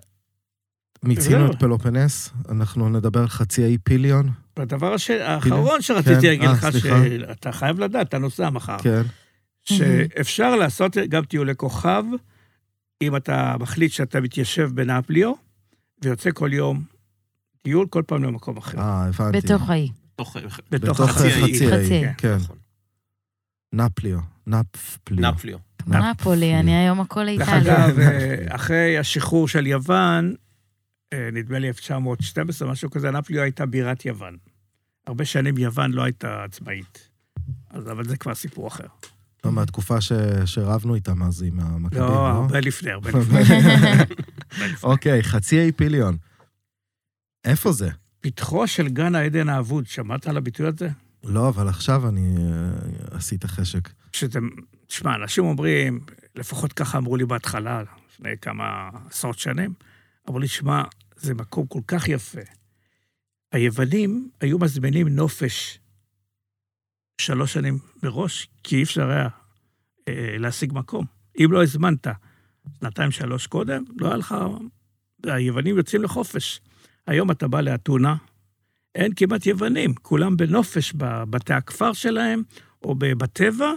מיצינו
זהו. אה,
את פלופנס, אנחנו נדבר על חצי האי פיליון.
והדבר הש- האחרון שרציתי
כאילו, כן,
להגיד
אה,
לך,
סליחה.
שאתה חייב לדעת, אתה נוסע מחר.
כן.
שאפשר לעשות גם טיולי כוכב, אם אתה מחליט שאתה מתיישב בנפליו, ויוצא כל יום טיול, כל פעם למקום אחר.
אה, הבנתי.
בתוך האי.
בתוך
בתוך
בתוך
חצי האי.
חצי
חצי.
האי. כן.
נכון.
נפליו. נפליו.
נפליו.
כמו נפולי, אני היום הכל
דרך
איטליה.
אגב, אה, אחרי השחרור של יוון, אה, נדמה לי 1912, משהו כזה, נפליו הייתה בירת יוון. הרבה שנים יוון לא הייתה עצמאית. אז אבל זה כבר סיפור אחר.
לא, מהתקופה ש- שרבנו איתם אז עם המכבים,
לא,
לא?
הרבה לפני, הרבה לפני.
אוקיי, חצי האי פיליון. איפה זה?
פתחו של גן העדן האבוד, שמעת על הביטוי הזה?
לא, אבל עכשיו אני אה, עשית חשק.
שזה, תשמע, אנשים אומרים, לפחות ככה אמרו לי בהתחלה, לפני כמה עשרות שנים, אמרו לי, שמע, זה מקום כל כך יפה. היוונים היו מזמינים נופש שלוש שנים מראש, כי אי אפשר היה אה, להשיג מקום. אם לא הזמנת שנתיים, שלוש קודם, לא היה לך... היוונים יוצאים לחופש. היום אתה בא לאתונה, אין כמעט יוונים, כולם בנופש בבתי הכפר שלהם, או ב- בטבע,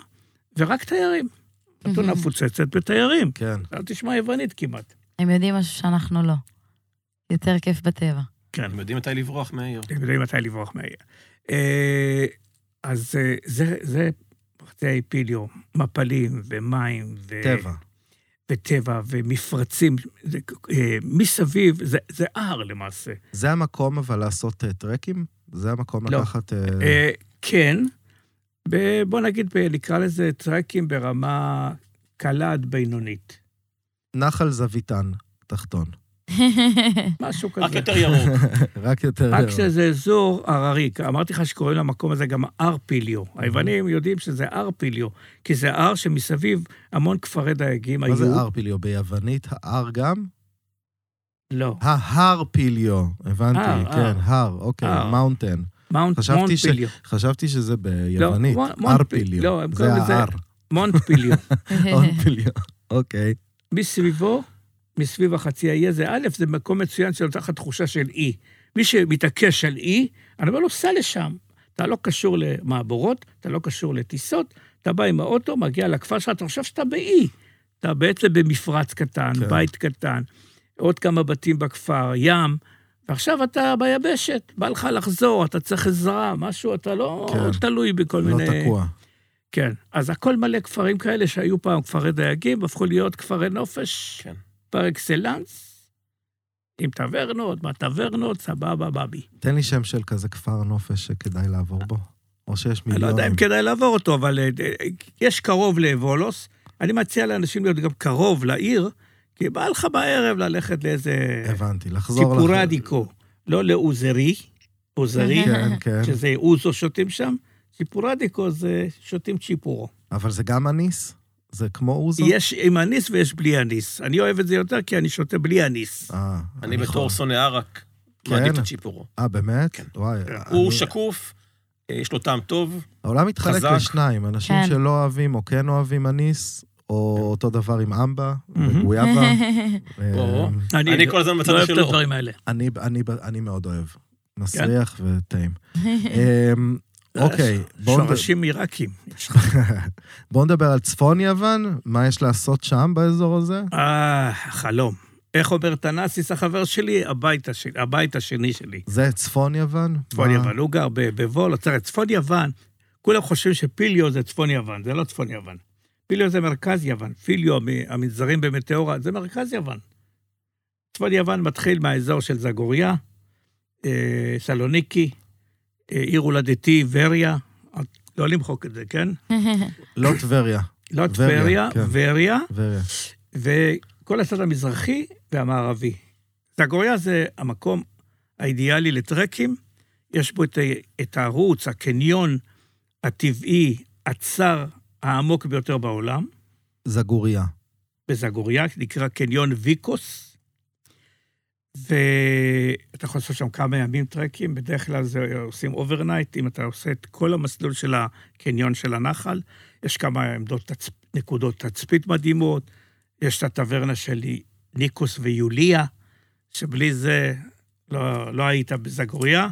ורק תיירים. אתונה מפוצצת בתיירים.
כן.
אל תשמע יוונית כמעט.
הם יודעים משהו שאנחנו לא. יותר כיף בטבע.
כן,
הם יודעים מתי לברוח מהעיר.
אתם יודעים מתי לברוח מהעיר. אה, אז אה, זה, זה פרטי פיליו, מפלים ומים ו...
טבע.
וטבע ומפרצים. זה, אה, מסביב, זה, זה הר למעשה.
זה המקום אבל לעשות אה, טרקים? זה המקום
לא.
לקחת... אה,
אה, כן, ב- בוא נגיד, ב- נקרא לזה טרקים ברמה קלה עד בינונית.
נחל זוויתן, תחתון.
משהו כזה.
רק יותר ירוק.
רק יותר...
רק שזה אזור הררי. אמרתי לך שקוראים למקום הזה גם הר פיליו.
Mhm.
היוונים יודעים שזה הר פיליו, כי זה הר שמסביב המון כפרי דייגים היו.
מה זה הר פיליו? ביוונית ההר גם?
לא.
ההר פיליו, הבנתי,
הר,
כן,
הר.
הר, אוקיי,
הר.
מאונטן.
מאונט
חשבתי
מונט
ש-
פיליו.
חשבתי שזה ביוונית,
מון- מון
הר
פיל- לא,
פיליו,
הם
זה
קוראים לזה-
ההר,
מונט פיליו.
הון פיליו, אוקיי.
מסביבו, מסביב החצי האי הזה, א', זה מקום מצוין שנותן לך תחושה של אי. מי שמתעקש על אי, אני אומר לו, סע לשם. אתה לא קשור למעבורות, אתה לא קשור לטיסות, אתה בא עם האוטו, מגיע לכפר שלך, אתה חושב שאתה באי. אתה בעצם במפרץ קטן,
כן.
כן. בית קטן, עוד כמה בתים בכפר, ים, ועכשיו אתה ביבשת, בא לך לחזור, אתה צריך עזרה, משהו, אתה לא
כן.
כן. תלוי בכל
לא
מיני...
תקוע.
כן, אז הכל מלא כפרים כאלה שהיו פעם כפרי דייגים, הפכו להיות כפרי נופש
כן.
פר אקסלנס, עם טברנות, מהטברנות, סבבה, בבי.
תן לי שם של כזה כפר נופש שכדאי לעבור בו, או שיש
אני
מיליונים.
לא יודע אם כדאי לעבור אותו, אבל אה, אה, יש קרוב לאבולוס. אני מציע לאנשים להיות גם קרוב לעיר, כי בא לך בערב ללכת לאיזה
הבנתי, לחזור... לח-
סיפורדיקו, לא לאוזרי, אוזרי,
כן, כן.
שזה אוזו שותים שם, סיפורדיקו זה שותים צ'יפורו.
אבל זה גם אניס? זה כמו אוזו?
יש עם אניס ויש בלי אניס. אני אוהב את זה יותר כי אני שותה בלי אניס.
אה,
אני
יכול.
בתור שונא ערק,
כן.
מעדיף את הצ'יפורו.
אה, באמת?
כן.
וואי.
הוא
אני-
שקוף, אה, יש לו טעם טוב,
העולם מתחלק
חזק.
לשניים, אנשים
כן.
שלא אוהבים או כן אוהבים אניס, או אותו דבר עם אמבה
כן. מהמם.
וגויאבה. אה,
או. אני כל הזמן בצד
לא אוהב את
שלו.
הדברים האלה.
אני- אני אני מאוד אוהב.
כן.
מסריח וטעים. אמ,
אה,
אוקיי, בואו נד-
שורשים עיראקים.
בואו נדבר על צפון יוון, מה יש לעשות שם באזור הזה?
אה, חלום. איך אומר תנסיס החבר שלי? הבית השני- הבית השני שלי.
זה צפון יוון?
צפון
מה-
יוון, הוא גר ב- בוולו, תראה, צפון יוון, כולם חושבים שפיליו זה צפון יוון, זה לא צפון יוון. פיליו זה מרכז יוון, פיליו, המ- המנזרים במטאורה, זה מרכז יוון. צפון יוון מתחיל מהאזור של זגוריה, אה, סלוניקי, אה, עיר הולדתי, וריה, לא למחוק את זה, כן?
לא טבריה,
לא
וריה,
טבריה,
כן.
וריה,
טבריה.
וכל הצד המזרחי והמערבי. זגוריה זה המקום האידיאלי לטרקים, יש בו את, ה- את הערוץ, הקניון הטבעי, הצר, העמוק ביותר בעולם,
זגוריה.
בזגוריה, נקרא קניון ויקוס, ואתה יכול לעשות שם כמה ימים טרקים, בדרך כלל זה עושים אוברנייט, אם אתה עושה את כל המסלול של הקניון של הנחל, יש כמה עמדות, תצ... נקודות תצפית מדהימות, יש את הטברנה שלי, ניקוס ויוליה, שבלי זה לא, לא היית בזגוריה.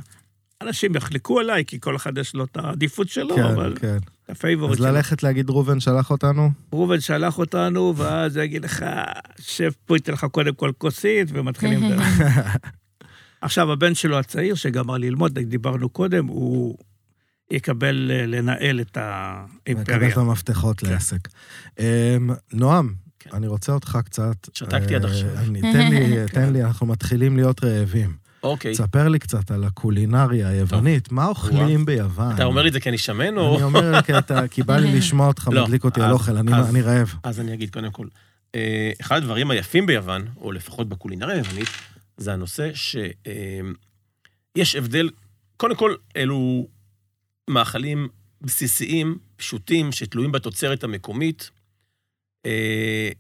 אנשים יחלקו עליי, כי כל אחד יש לו את העדיפות
לא,
שלו, כן, אבל
כן,
כן.
כן.
הפייבוריט
אז
שלו.
ללכת להגיד ראובן שלח אותנו?
ראובן שלח אותנו, ואז הוא יגיד לך, שב פה, ייתן לך קודם כל כוסית, ומתחילים לדבר. עכשיו, הבן שלו הצעיר, שגמר ללמוד, דיברנו קודם, הוא יקבל אה, לנהל את
מקבל
האימפריה.
את המפתחות לעסק. אמ, נועם,
כן.
אני רוצה אותך קצת...
שתקתי
אה,
עד עכשיו. כן.
אני- תן לי, תן לי, אנחנו מתחילים להיות רעבים.
אוקיי.
תספר לי קצת על הקולינריה היוונית, מה אוכלים ביוון?
אתה אומר לי את זה כי אני שמן או...
אני אומר, כי אתה- כי בא לי לשמוע אותך
לא,
מדליק אותי על
אז-
אוכל, אני-
אז-
אני רעב.
אז אני אגיד קודם כל, אה, אחד הדברים היפים ביוון, או לפחות בקולינריה היוונית, זה הנושא שיש הבדל, קודם כל, אלו מאכלים בסיסיים, פשוטים, שתלויים בתוצרת המקומית. אה,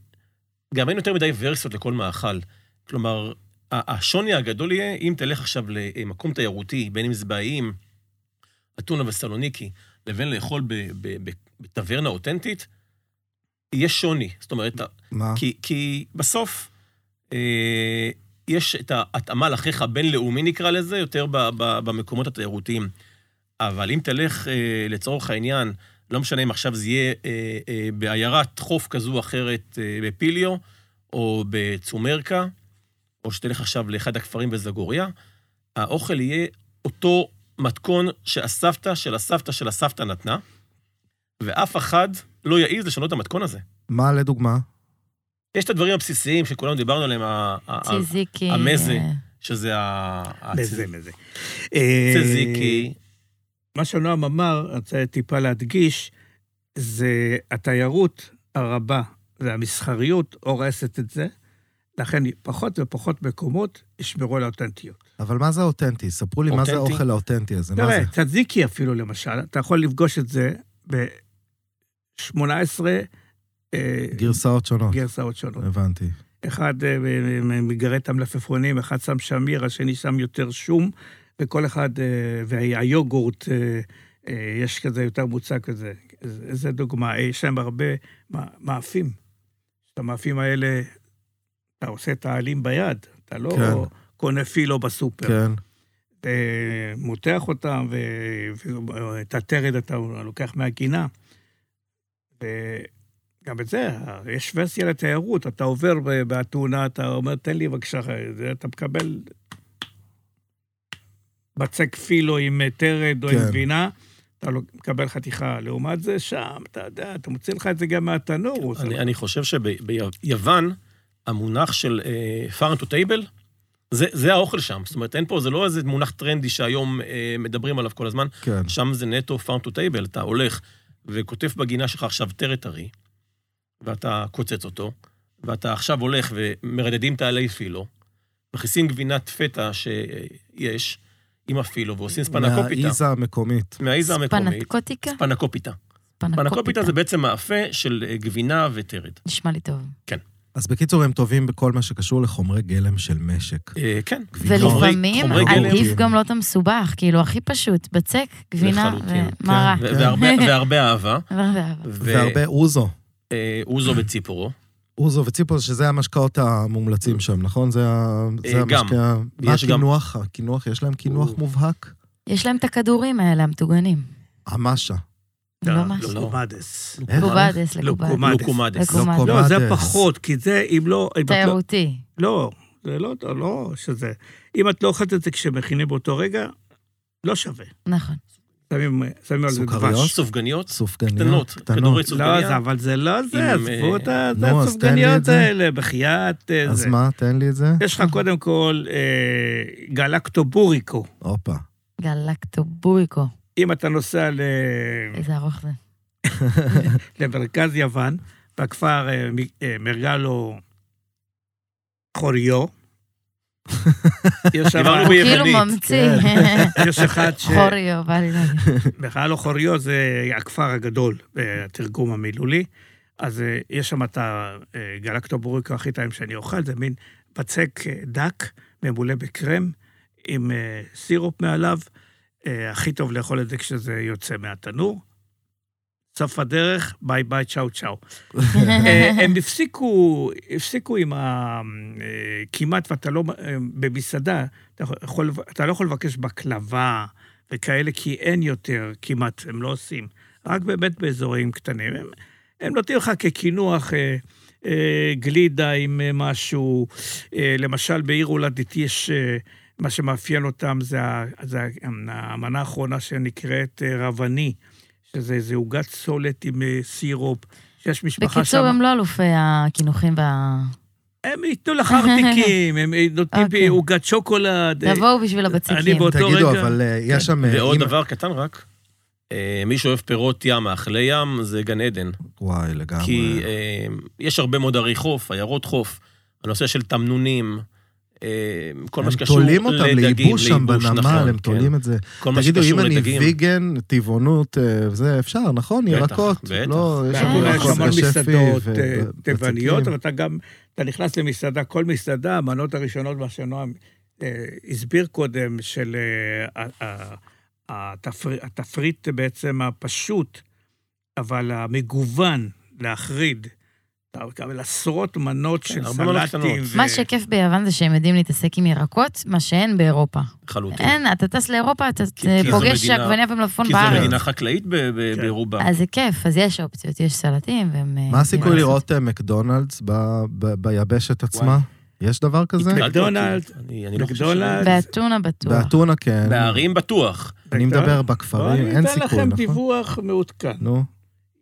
גם אין יותר מדי ורסיות לכל מאכל. כלומר, ה- השוני הגדול יהיה, אם תלך עכשיו למקום תיירותי, בין אם זה באיים, אתונה וסלוניקי, לבין לאכול ב- ב- ב- בטברנה אותנטית, יש שוני. זאת אומרת,
מה?
כי, כי בסוף אה, יש את ההתאמה לחיך הבינלאומי, נקרא לזה, יותר ב, ב, במקומות התיירותיים. אבל אם תלך, אה, לצורך העניין, לא משנה אם עכשיו זה יהיה אה, אה, בעיירת חוף כזו או אחרת אה, בפיליו, או בצומרקה, או שתלך עכשיו לאחד הכפרים בזגוריה, האוכל יהיה אותו מתכון שהסבתא של הסבתא של הסבתא נתנה, ואף אחד לא יעז לשנות את המתכון הזה.
מה לדוגמה?
יש את הדברים הבסיסיים שכולנו דיברנו עליהם, ה- ה- ה-
ציזיקי.
המזה.
אה,
שזה ה...
מזה, מזה.
צזיקי.
אה, מה שנועם אמר, אני רוצה טיפה להדגיש, זה התיירות הרבה והמסחריות הורסת את זה, לכן פחות ופחות מקומות ישמרו על האותנטיות.
אבל מה זה האותנטי? ספרו לי מה זה
אותנטי?
האוכל האותנטי הזה, מה
תראה,
זה?
צדיקי אפילו, למשל, אתה יכול לפגוש את זה ב-18
גרסאות אה. שונות.
אה, גרסאות שונות.
הבנתי.
אחד אה, מגרד את המלפפונים, אחד שם שמיר, השני שם יותר שום, וכל אחד, אה, והיוגורט, אה, אה, יש כזה יותר מוצק כזה. אז זה דוגמה, אה, יש להם הרבה מא- מאפים. את המאפים האלה, אתה עושה את העלים ביד, אתה לא
כן.
קונה פילו בסופר.
כן.
אה, מותח אותם, ואת הטרד אתה לוקח מהגינה. וגם את זה, יש ורסיה לתיירות, אתה עובר ב- באתונה, אתה אומר, תן לי בבקשה, זה, אתה מקבל בצק פילו עם טרד או
כן.
עם גבינה. אתה לוק- מקבל חתיכה. לעומת זה, שם, אתה יודע, אתה מוציא לך את זה גם מהתנור.
אני,
אתה-
אני חושב שביוון, המונח של אה, פארן טו טייבל, זה, זה האוכל שם. זאת אומרת, אין פה, זה לא איזה מונח טרנדי שהיום אה, מדברים עליו כל הזמן.
כן.
שם זה נטו פארם טו טייבל, אתה הולך וכותף בגינה שלך עכשיו טרט טרי, ואתה קוצץ אותו, ואתה עכשיו הולך ומרדדים את העלי פילו, מכניסים גבינת פטה שיש עם הפילו, ועושים ספנקופיטה.
מהעיזה המקומית.
מהעיזה המקומית.
כן.
ספנקוטיקה?
ספנקופיטה. ספנקופיטה זה בעצם מאפה של אה, גבינה וטרד.
נשמע לי טוב.
אז בקיצור, הם טובים בכל מה שקשור לחומרי גלם של משק.
אה, כן.
גבינות.
ולפעמים
חומרי גלם.
עדיף גם לא את המסובך, כאילו, הכי פשוט, בצק, גבינה,
לחלוטין. כן,
ומרה.
אה,
ו- והרבה-
כן.
והרבה אהבה. ו-
והרבה אוזו.
אה, אוזו וציפורו.
אוזו וציפו, שזה המשקאות המומלצים שם, נכון? זה, ה- זה
אה, גם.
המשקה... מה
יש גם-
הקינוח? הקינוח, יש להם קינוח
או.
מובהק?
יש להם את הכדורים האלה, המטוגנים.
המשה.
לא משהו.
לוקומדס.
איך?
לוקומדס.
לוקובאדס, לוקובאדס. לוקומדס.
לוקומדס.
לוקומדס.
לא, זה
לוקומדס.
פחות, כי זה, אם לא... אם את לא-
תיירותי.
לא, זה לא, לא שזה... אם את לא אוכלת את זה כשמכינים באותו רגע, לא שווה.
נכון.
שמים שמים על זה
סוכריות?
דבש.
סופגניות.
סופגניות.
קטנות, כדורי סופגניה.
לא, זה, אבל זה לא זה,
עם,
עזבו את ה-
נו, אז תן לי את
הסופגניות
זה.
האלה, בחייאת. אה,
אז
זה.
מה, תן לי את זה?
כן.
יש לך קודם כל אה, גלקטובוריקו.
הופה.
גלקטובויקו.
אם אתה נוסע ל-
איזה ארוך זה.
למרכז יוון, בכפר אה, מ- אה, מרגלו חוריו, יש שם...
דיברנו
הוא כאילו
יוונית,
ממציא.
יש אחד ש...
חוריו, בא לי להגיד.
בכלל חוריו זה הכפר הגדול, אה, התרגום המילולי. אז אה, יש שם את הגלקטובוריקו הכי טעים שאני אוכל, זה מין בצק אה, דק, ממולא בקרם, עם אה, סירופ מעליו. אה, הכי טוב לאכול את זה כשזה יוצא מהתנור. סוף הדרך, ביי ביי, צ'או צ'או. אה, הם הפסיקו, הפסיקו עם ה... אה, כמעט, ואתה לא... אה, במסעדה, אתה, יכול, אתה לא יכול לבקש בקלבה וכאלה, כי אין יותר כמעט, הם לא עושים. רק באמת באזורים קטנים. הם, הם נותנים לך כקינוח אה, אה, גלידה עם אה, משהו. אה, למשל, בעיר הולדתי יש... אה, מה שמאפיין אותם זה, ה- זה ה- המנה האחרונה שנקראת אה, רבני, שזה איזה עוגת סולת עם אה, סירופ, שיש משפחה שם...
בקיצור, הם לא אלופי הקינוחים וה...
הם ייתנו לך ארטיקים, הם נותנים
אוקיי.
בי עוגת שוקולד. אה,
תבואו בשביל
אני
הבצקים.
באותו רגע...
תגידו, אבל אה, יש שם... אה,
כן. ועוד
אם-
דבר קטן רק, אה, מי שאוהב פירות ים, מאכלי ים, זה גן עדן.
וואי, לגמרי.
כי אה, יש הרבה מאוד ערי חוף, עיירות חוף, הנושא של תמנונים, אה, כל מה שקשור
הם
לדגים,
תולים אותם לייבוש שם בנמל,
נכון,
הם
כן.
תולים את זה.
כל מה
תגידו, אם
שקשור
אני
לדגים.
ויגן, טבעונות, אה, וזה אפשר, נכון?
בטח,
ירקות.
בטח.
לא, יש
יש
שם
אה,
המון- יש
ירקות
המון
לשפי
מסעדות
ו-
אה,
ו-
טבעוניות,
בצקים.
אבל אתה גם, אתה נכנס למסעדה, כל מסעדה, המנות הראשונות, מה שנועם אה, הסביר קודם, של אה, ה- ה- התפר- התפריט בעצם הפשוט, אבל המגוון, להחריד. אתה מקבל עשרות מנות
כן,
של
הרבה מנות
סלטים.
קטנות.
ו-
מה שכיף ביוון זה שהם יודעים להתעסק עם ירקות, מה שאין באירופה.
אה,
לחלוטין.
אין, אתה טס לאירופה, אתה
אוקיי. כי- כי זו
פוגש
מדינה-
עגבניה ומלפפון
כי זו
בארץ.
מדינה חקלאית ב- ב-
כן.
ברובה.
אז זה כיף, אז יש אופציות, יש סלטים, והם... אה,
מה הסיכוי
יודעים לעשות.
לראות אה, מקדונלדס ב- ב- ביבשת עצמה? יש דבר כזה?
התרגלתי אותי.
מקדונלדס,
אני- אני לא חושב
מקדונלדס.
באתונה בטוח.
באתונה כן.
בערים בטוח.
אני מדבר בכפרים, אין
אני
סיכוי,
אה, אתן לכם
נכון?
דיווח מעודכן.
נו,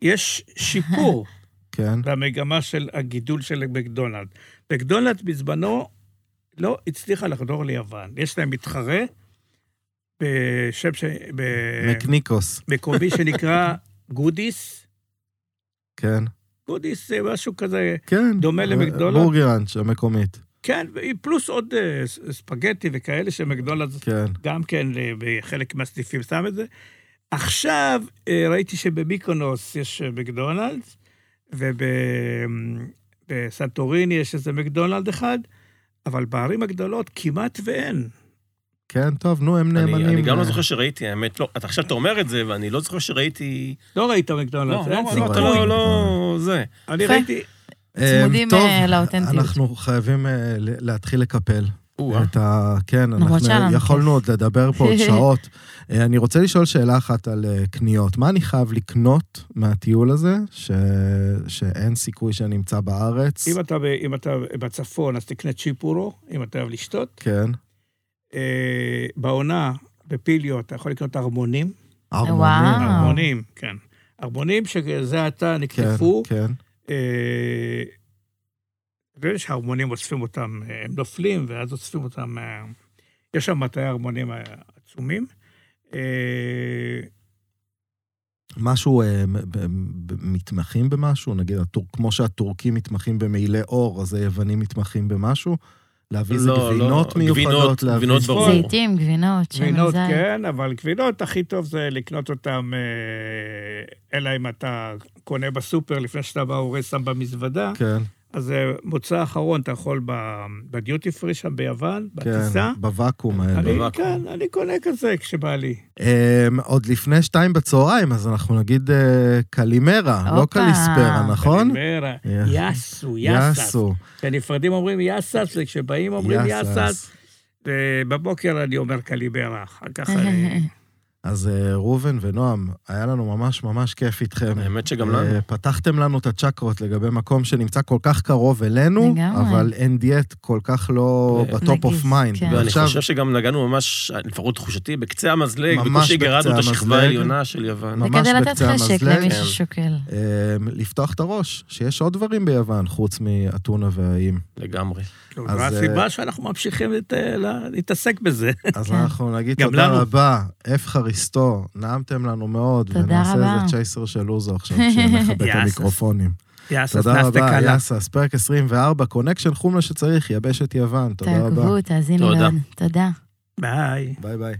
יש שיפור
כן.
במגמה של הגידול של מקדונלד. מקדונלד בזמנו לא הצליחה לחדור ליוון. יש להם מתחרה בשם ש... אה.
מקניקוס,
במקומי שנקרא גודיס.
כן.
גודיס זה משהו כזה,
כן.
דומה למקדונלדס?
בורגראנץ' המקומית,
כן, פלוס עוד אה, ס- ספגטי וכאלה שמקדונלד
כן.
גם כן אה, בחלק מהסניפים שם את זה. עכשיו אה, ראיתי שבמיקונוס יש אה, מקדונלדס, ובסנטוריני יש איזה מקדונלד אחד, אבל בערים הגדולות כמעט ואין.
כן, טוב, נו, הם
אני
נאמנים.
אני גם לא
אה,
זוכר שראיתי, האמת, לא. אתה- עכשיו אתה אומר את זה, ואני לא זוכר שראיתי...
לא ראית
לא,
מקדונלדס, אין
לא,
סיכוי.
אתה
סיכוי.
לא, לא, זה.
אני
יפה.
ראיתי,
אה,
צמודים,
טוב,
אה, לאותנטיות.
אנחנו חייבים אה, ל- להתחיל לקפל.
או-אה.
את ה... כן,
למרות שהיה
אנחנו
לנו
יכולנו
כיף.
עוד לדבר פה עוד שעות. אה, אני רוצה לשאול שאלה אחת על אה, קניות. מה אני חייב לקנות מהטיול הזה, ש- שאין סיכוי שאני אמצא בארץ?
אם אתה, ב- אם אתה בצפון, אז תקנה צ'יפורו, אם אתה אוהב לשתות.
כן.
אה, בעונה, בפיליו, אתה יכול לקנות ארמונים.
ארמונים.
וואו.
ארמונים, כן. ארמונים שזה עתה
אה. כן,
נקטפו.
כן.
אה, ויש הרמונים אוספים אותם, אה, הם נופלים, ואז אוספים אותם. אה, יש שם מטעי הרמונים אה, עצומים. אה,
משהו, אה, מ- ב- ב- מתמחים במשהו, נגיד, הטור, כמו שהטורקים מתמחים במעילי אור, אז היוונים מתמחים במשהו? להביא איזה
לא, לא,
גבינות
גבינות,
מיוחדות? להביא-
גבינות ברור. וואו.
זיתים, גבינות, שמן
גבינות,
זית.
כן, אבל גבינות, הכי טוב זה לקנות אותן, אה, אלא אם אתה קונה בסופר לפני שאתה בהורה שם במזוודה.
כן,
אז זה מוצא אחרון, אתה יכול ב- בדיוטי פרי שם ביוון, בטיסה.
כן, בוואקום האלה.
אני,
בוואקום.
כן, אני קונה כזה כשבא לי.
אמ, עוד לפני שתיים בצהריים, אז אנחנו נגיד אה, קלימרה, לא
הופה.
קליספרה, נכון?
אני אומר,
יא-
יאסו, יאסס.
יאסו,
כשנפרדים כן, אומרים יאסס, וכשבאים אומרים יאסס.
יאסס.
ובבוקר אני אומר קליברה, אחר כך אני...
אז אה, ראובן ונועם, היה לנו ממש ממש כיף איתכם.
האמת שגם לא. לנו.
אה, פתחתם לנו את הצ'קרות לגבי מקום שנמצא כל כך קרוב אלינו,
לגמרי.
אבל אין דיאט כל כך לא
אה,
בטופ אוף
נגיש,
מיינד.
כן.
ואני
ועכשיו,
חושב שגם נגענו ממש, לפחות תחושתי, בקצה המזלג,
ממש
בקושי
בקצה
גרדנו את השכבה
המזלג.
העליונה של יוון.
זה
ממש
כדי לתת
בקצה
חשק
המזלג.
למי
כן.
ששוקל.
אה, לפתוח את הראש, שיש עוד דברים ביוון חוץ מאתונה והאיים.
לגמרי.
זו
אז, אה,
הסיבה כאילו, שאנחנו ממשיכים לת- לה- להתעסק בזה.
אז
כן.
אנחנו נגיד
גם
תודה
לנו.
רבה, אף חריסטו, נעמתם לנו מאוד,
תודה
ונעשה
רבה.
איזה צ'ייסר של לוזו עכשיו, שנכבה את
יאסס.
המיקרופונים.
יאסס,
תודה
נחתה
רבה,
קלה.
יאסס, פרק 24, קונקשן חומלה שצריך, יבשת יוון, תודה רבה.
תעקבו, תאזינו
תודה.
מאוד. תודה.
ביי.
ביי ביי.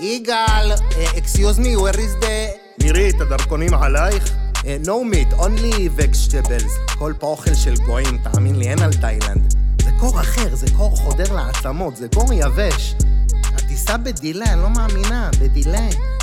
יגאל, אקסיוז מי, where is the... מירי, את הדרכונים עלייך? אה, No meat, only vegetables. כל פה אוכל של גויים, תאמין לי, אין על תאילנד. זה קור אחר, זה קור חודר לעצמות, זה קור יבש. הטיסה בדילה, אני לא מאמינה, בדילה.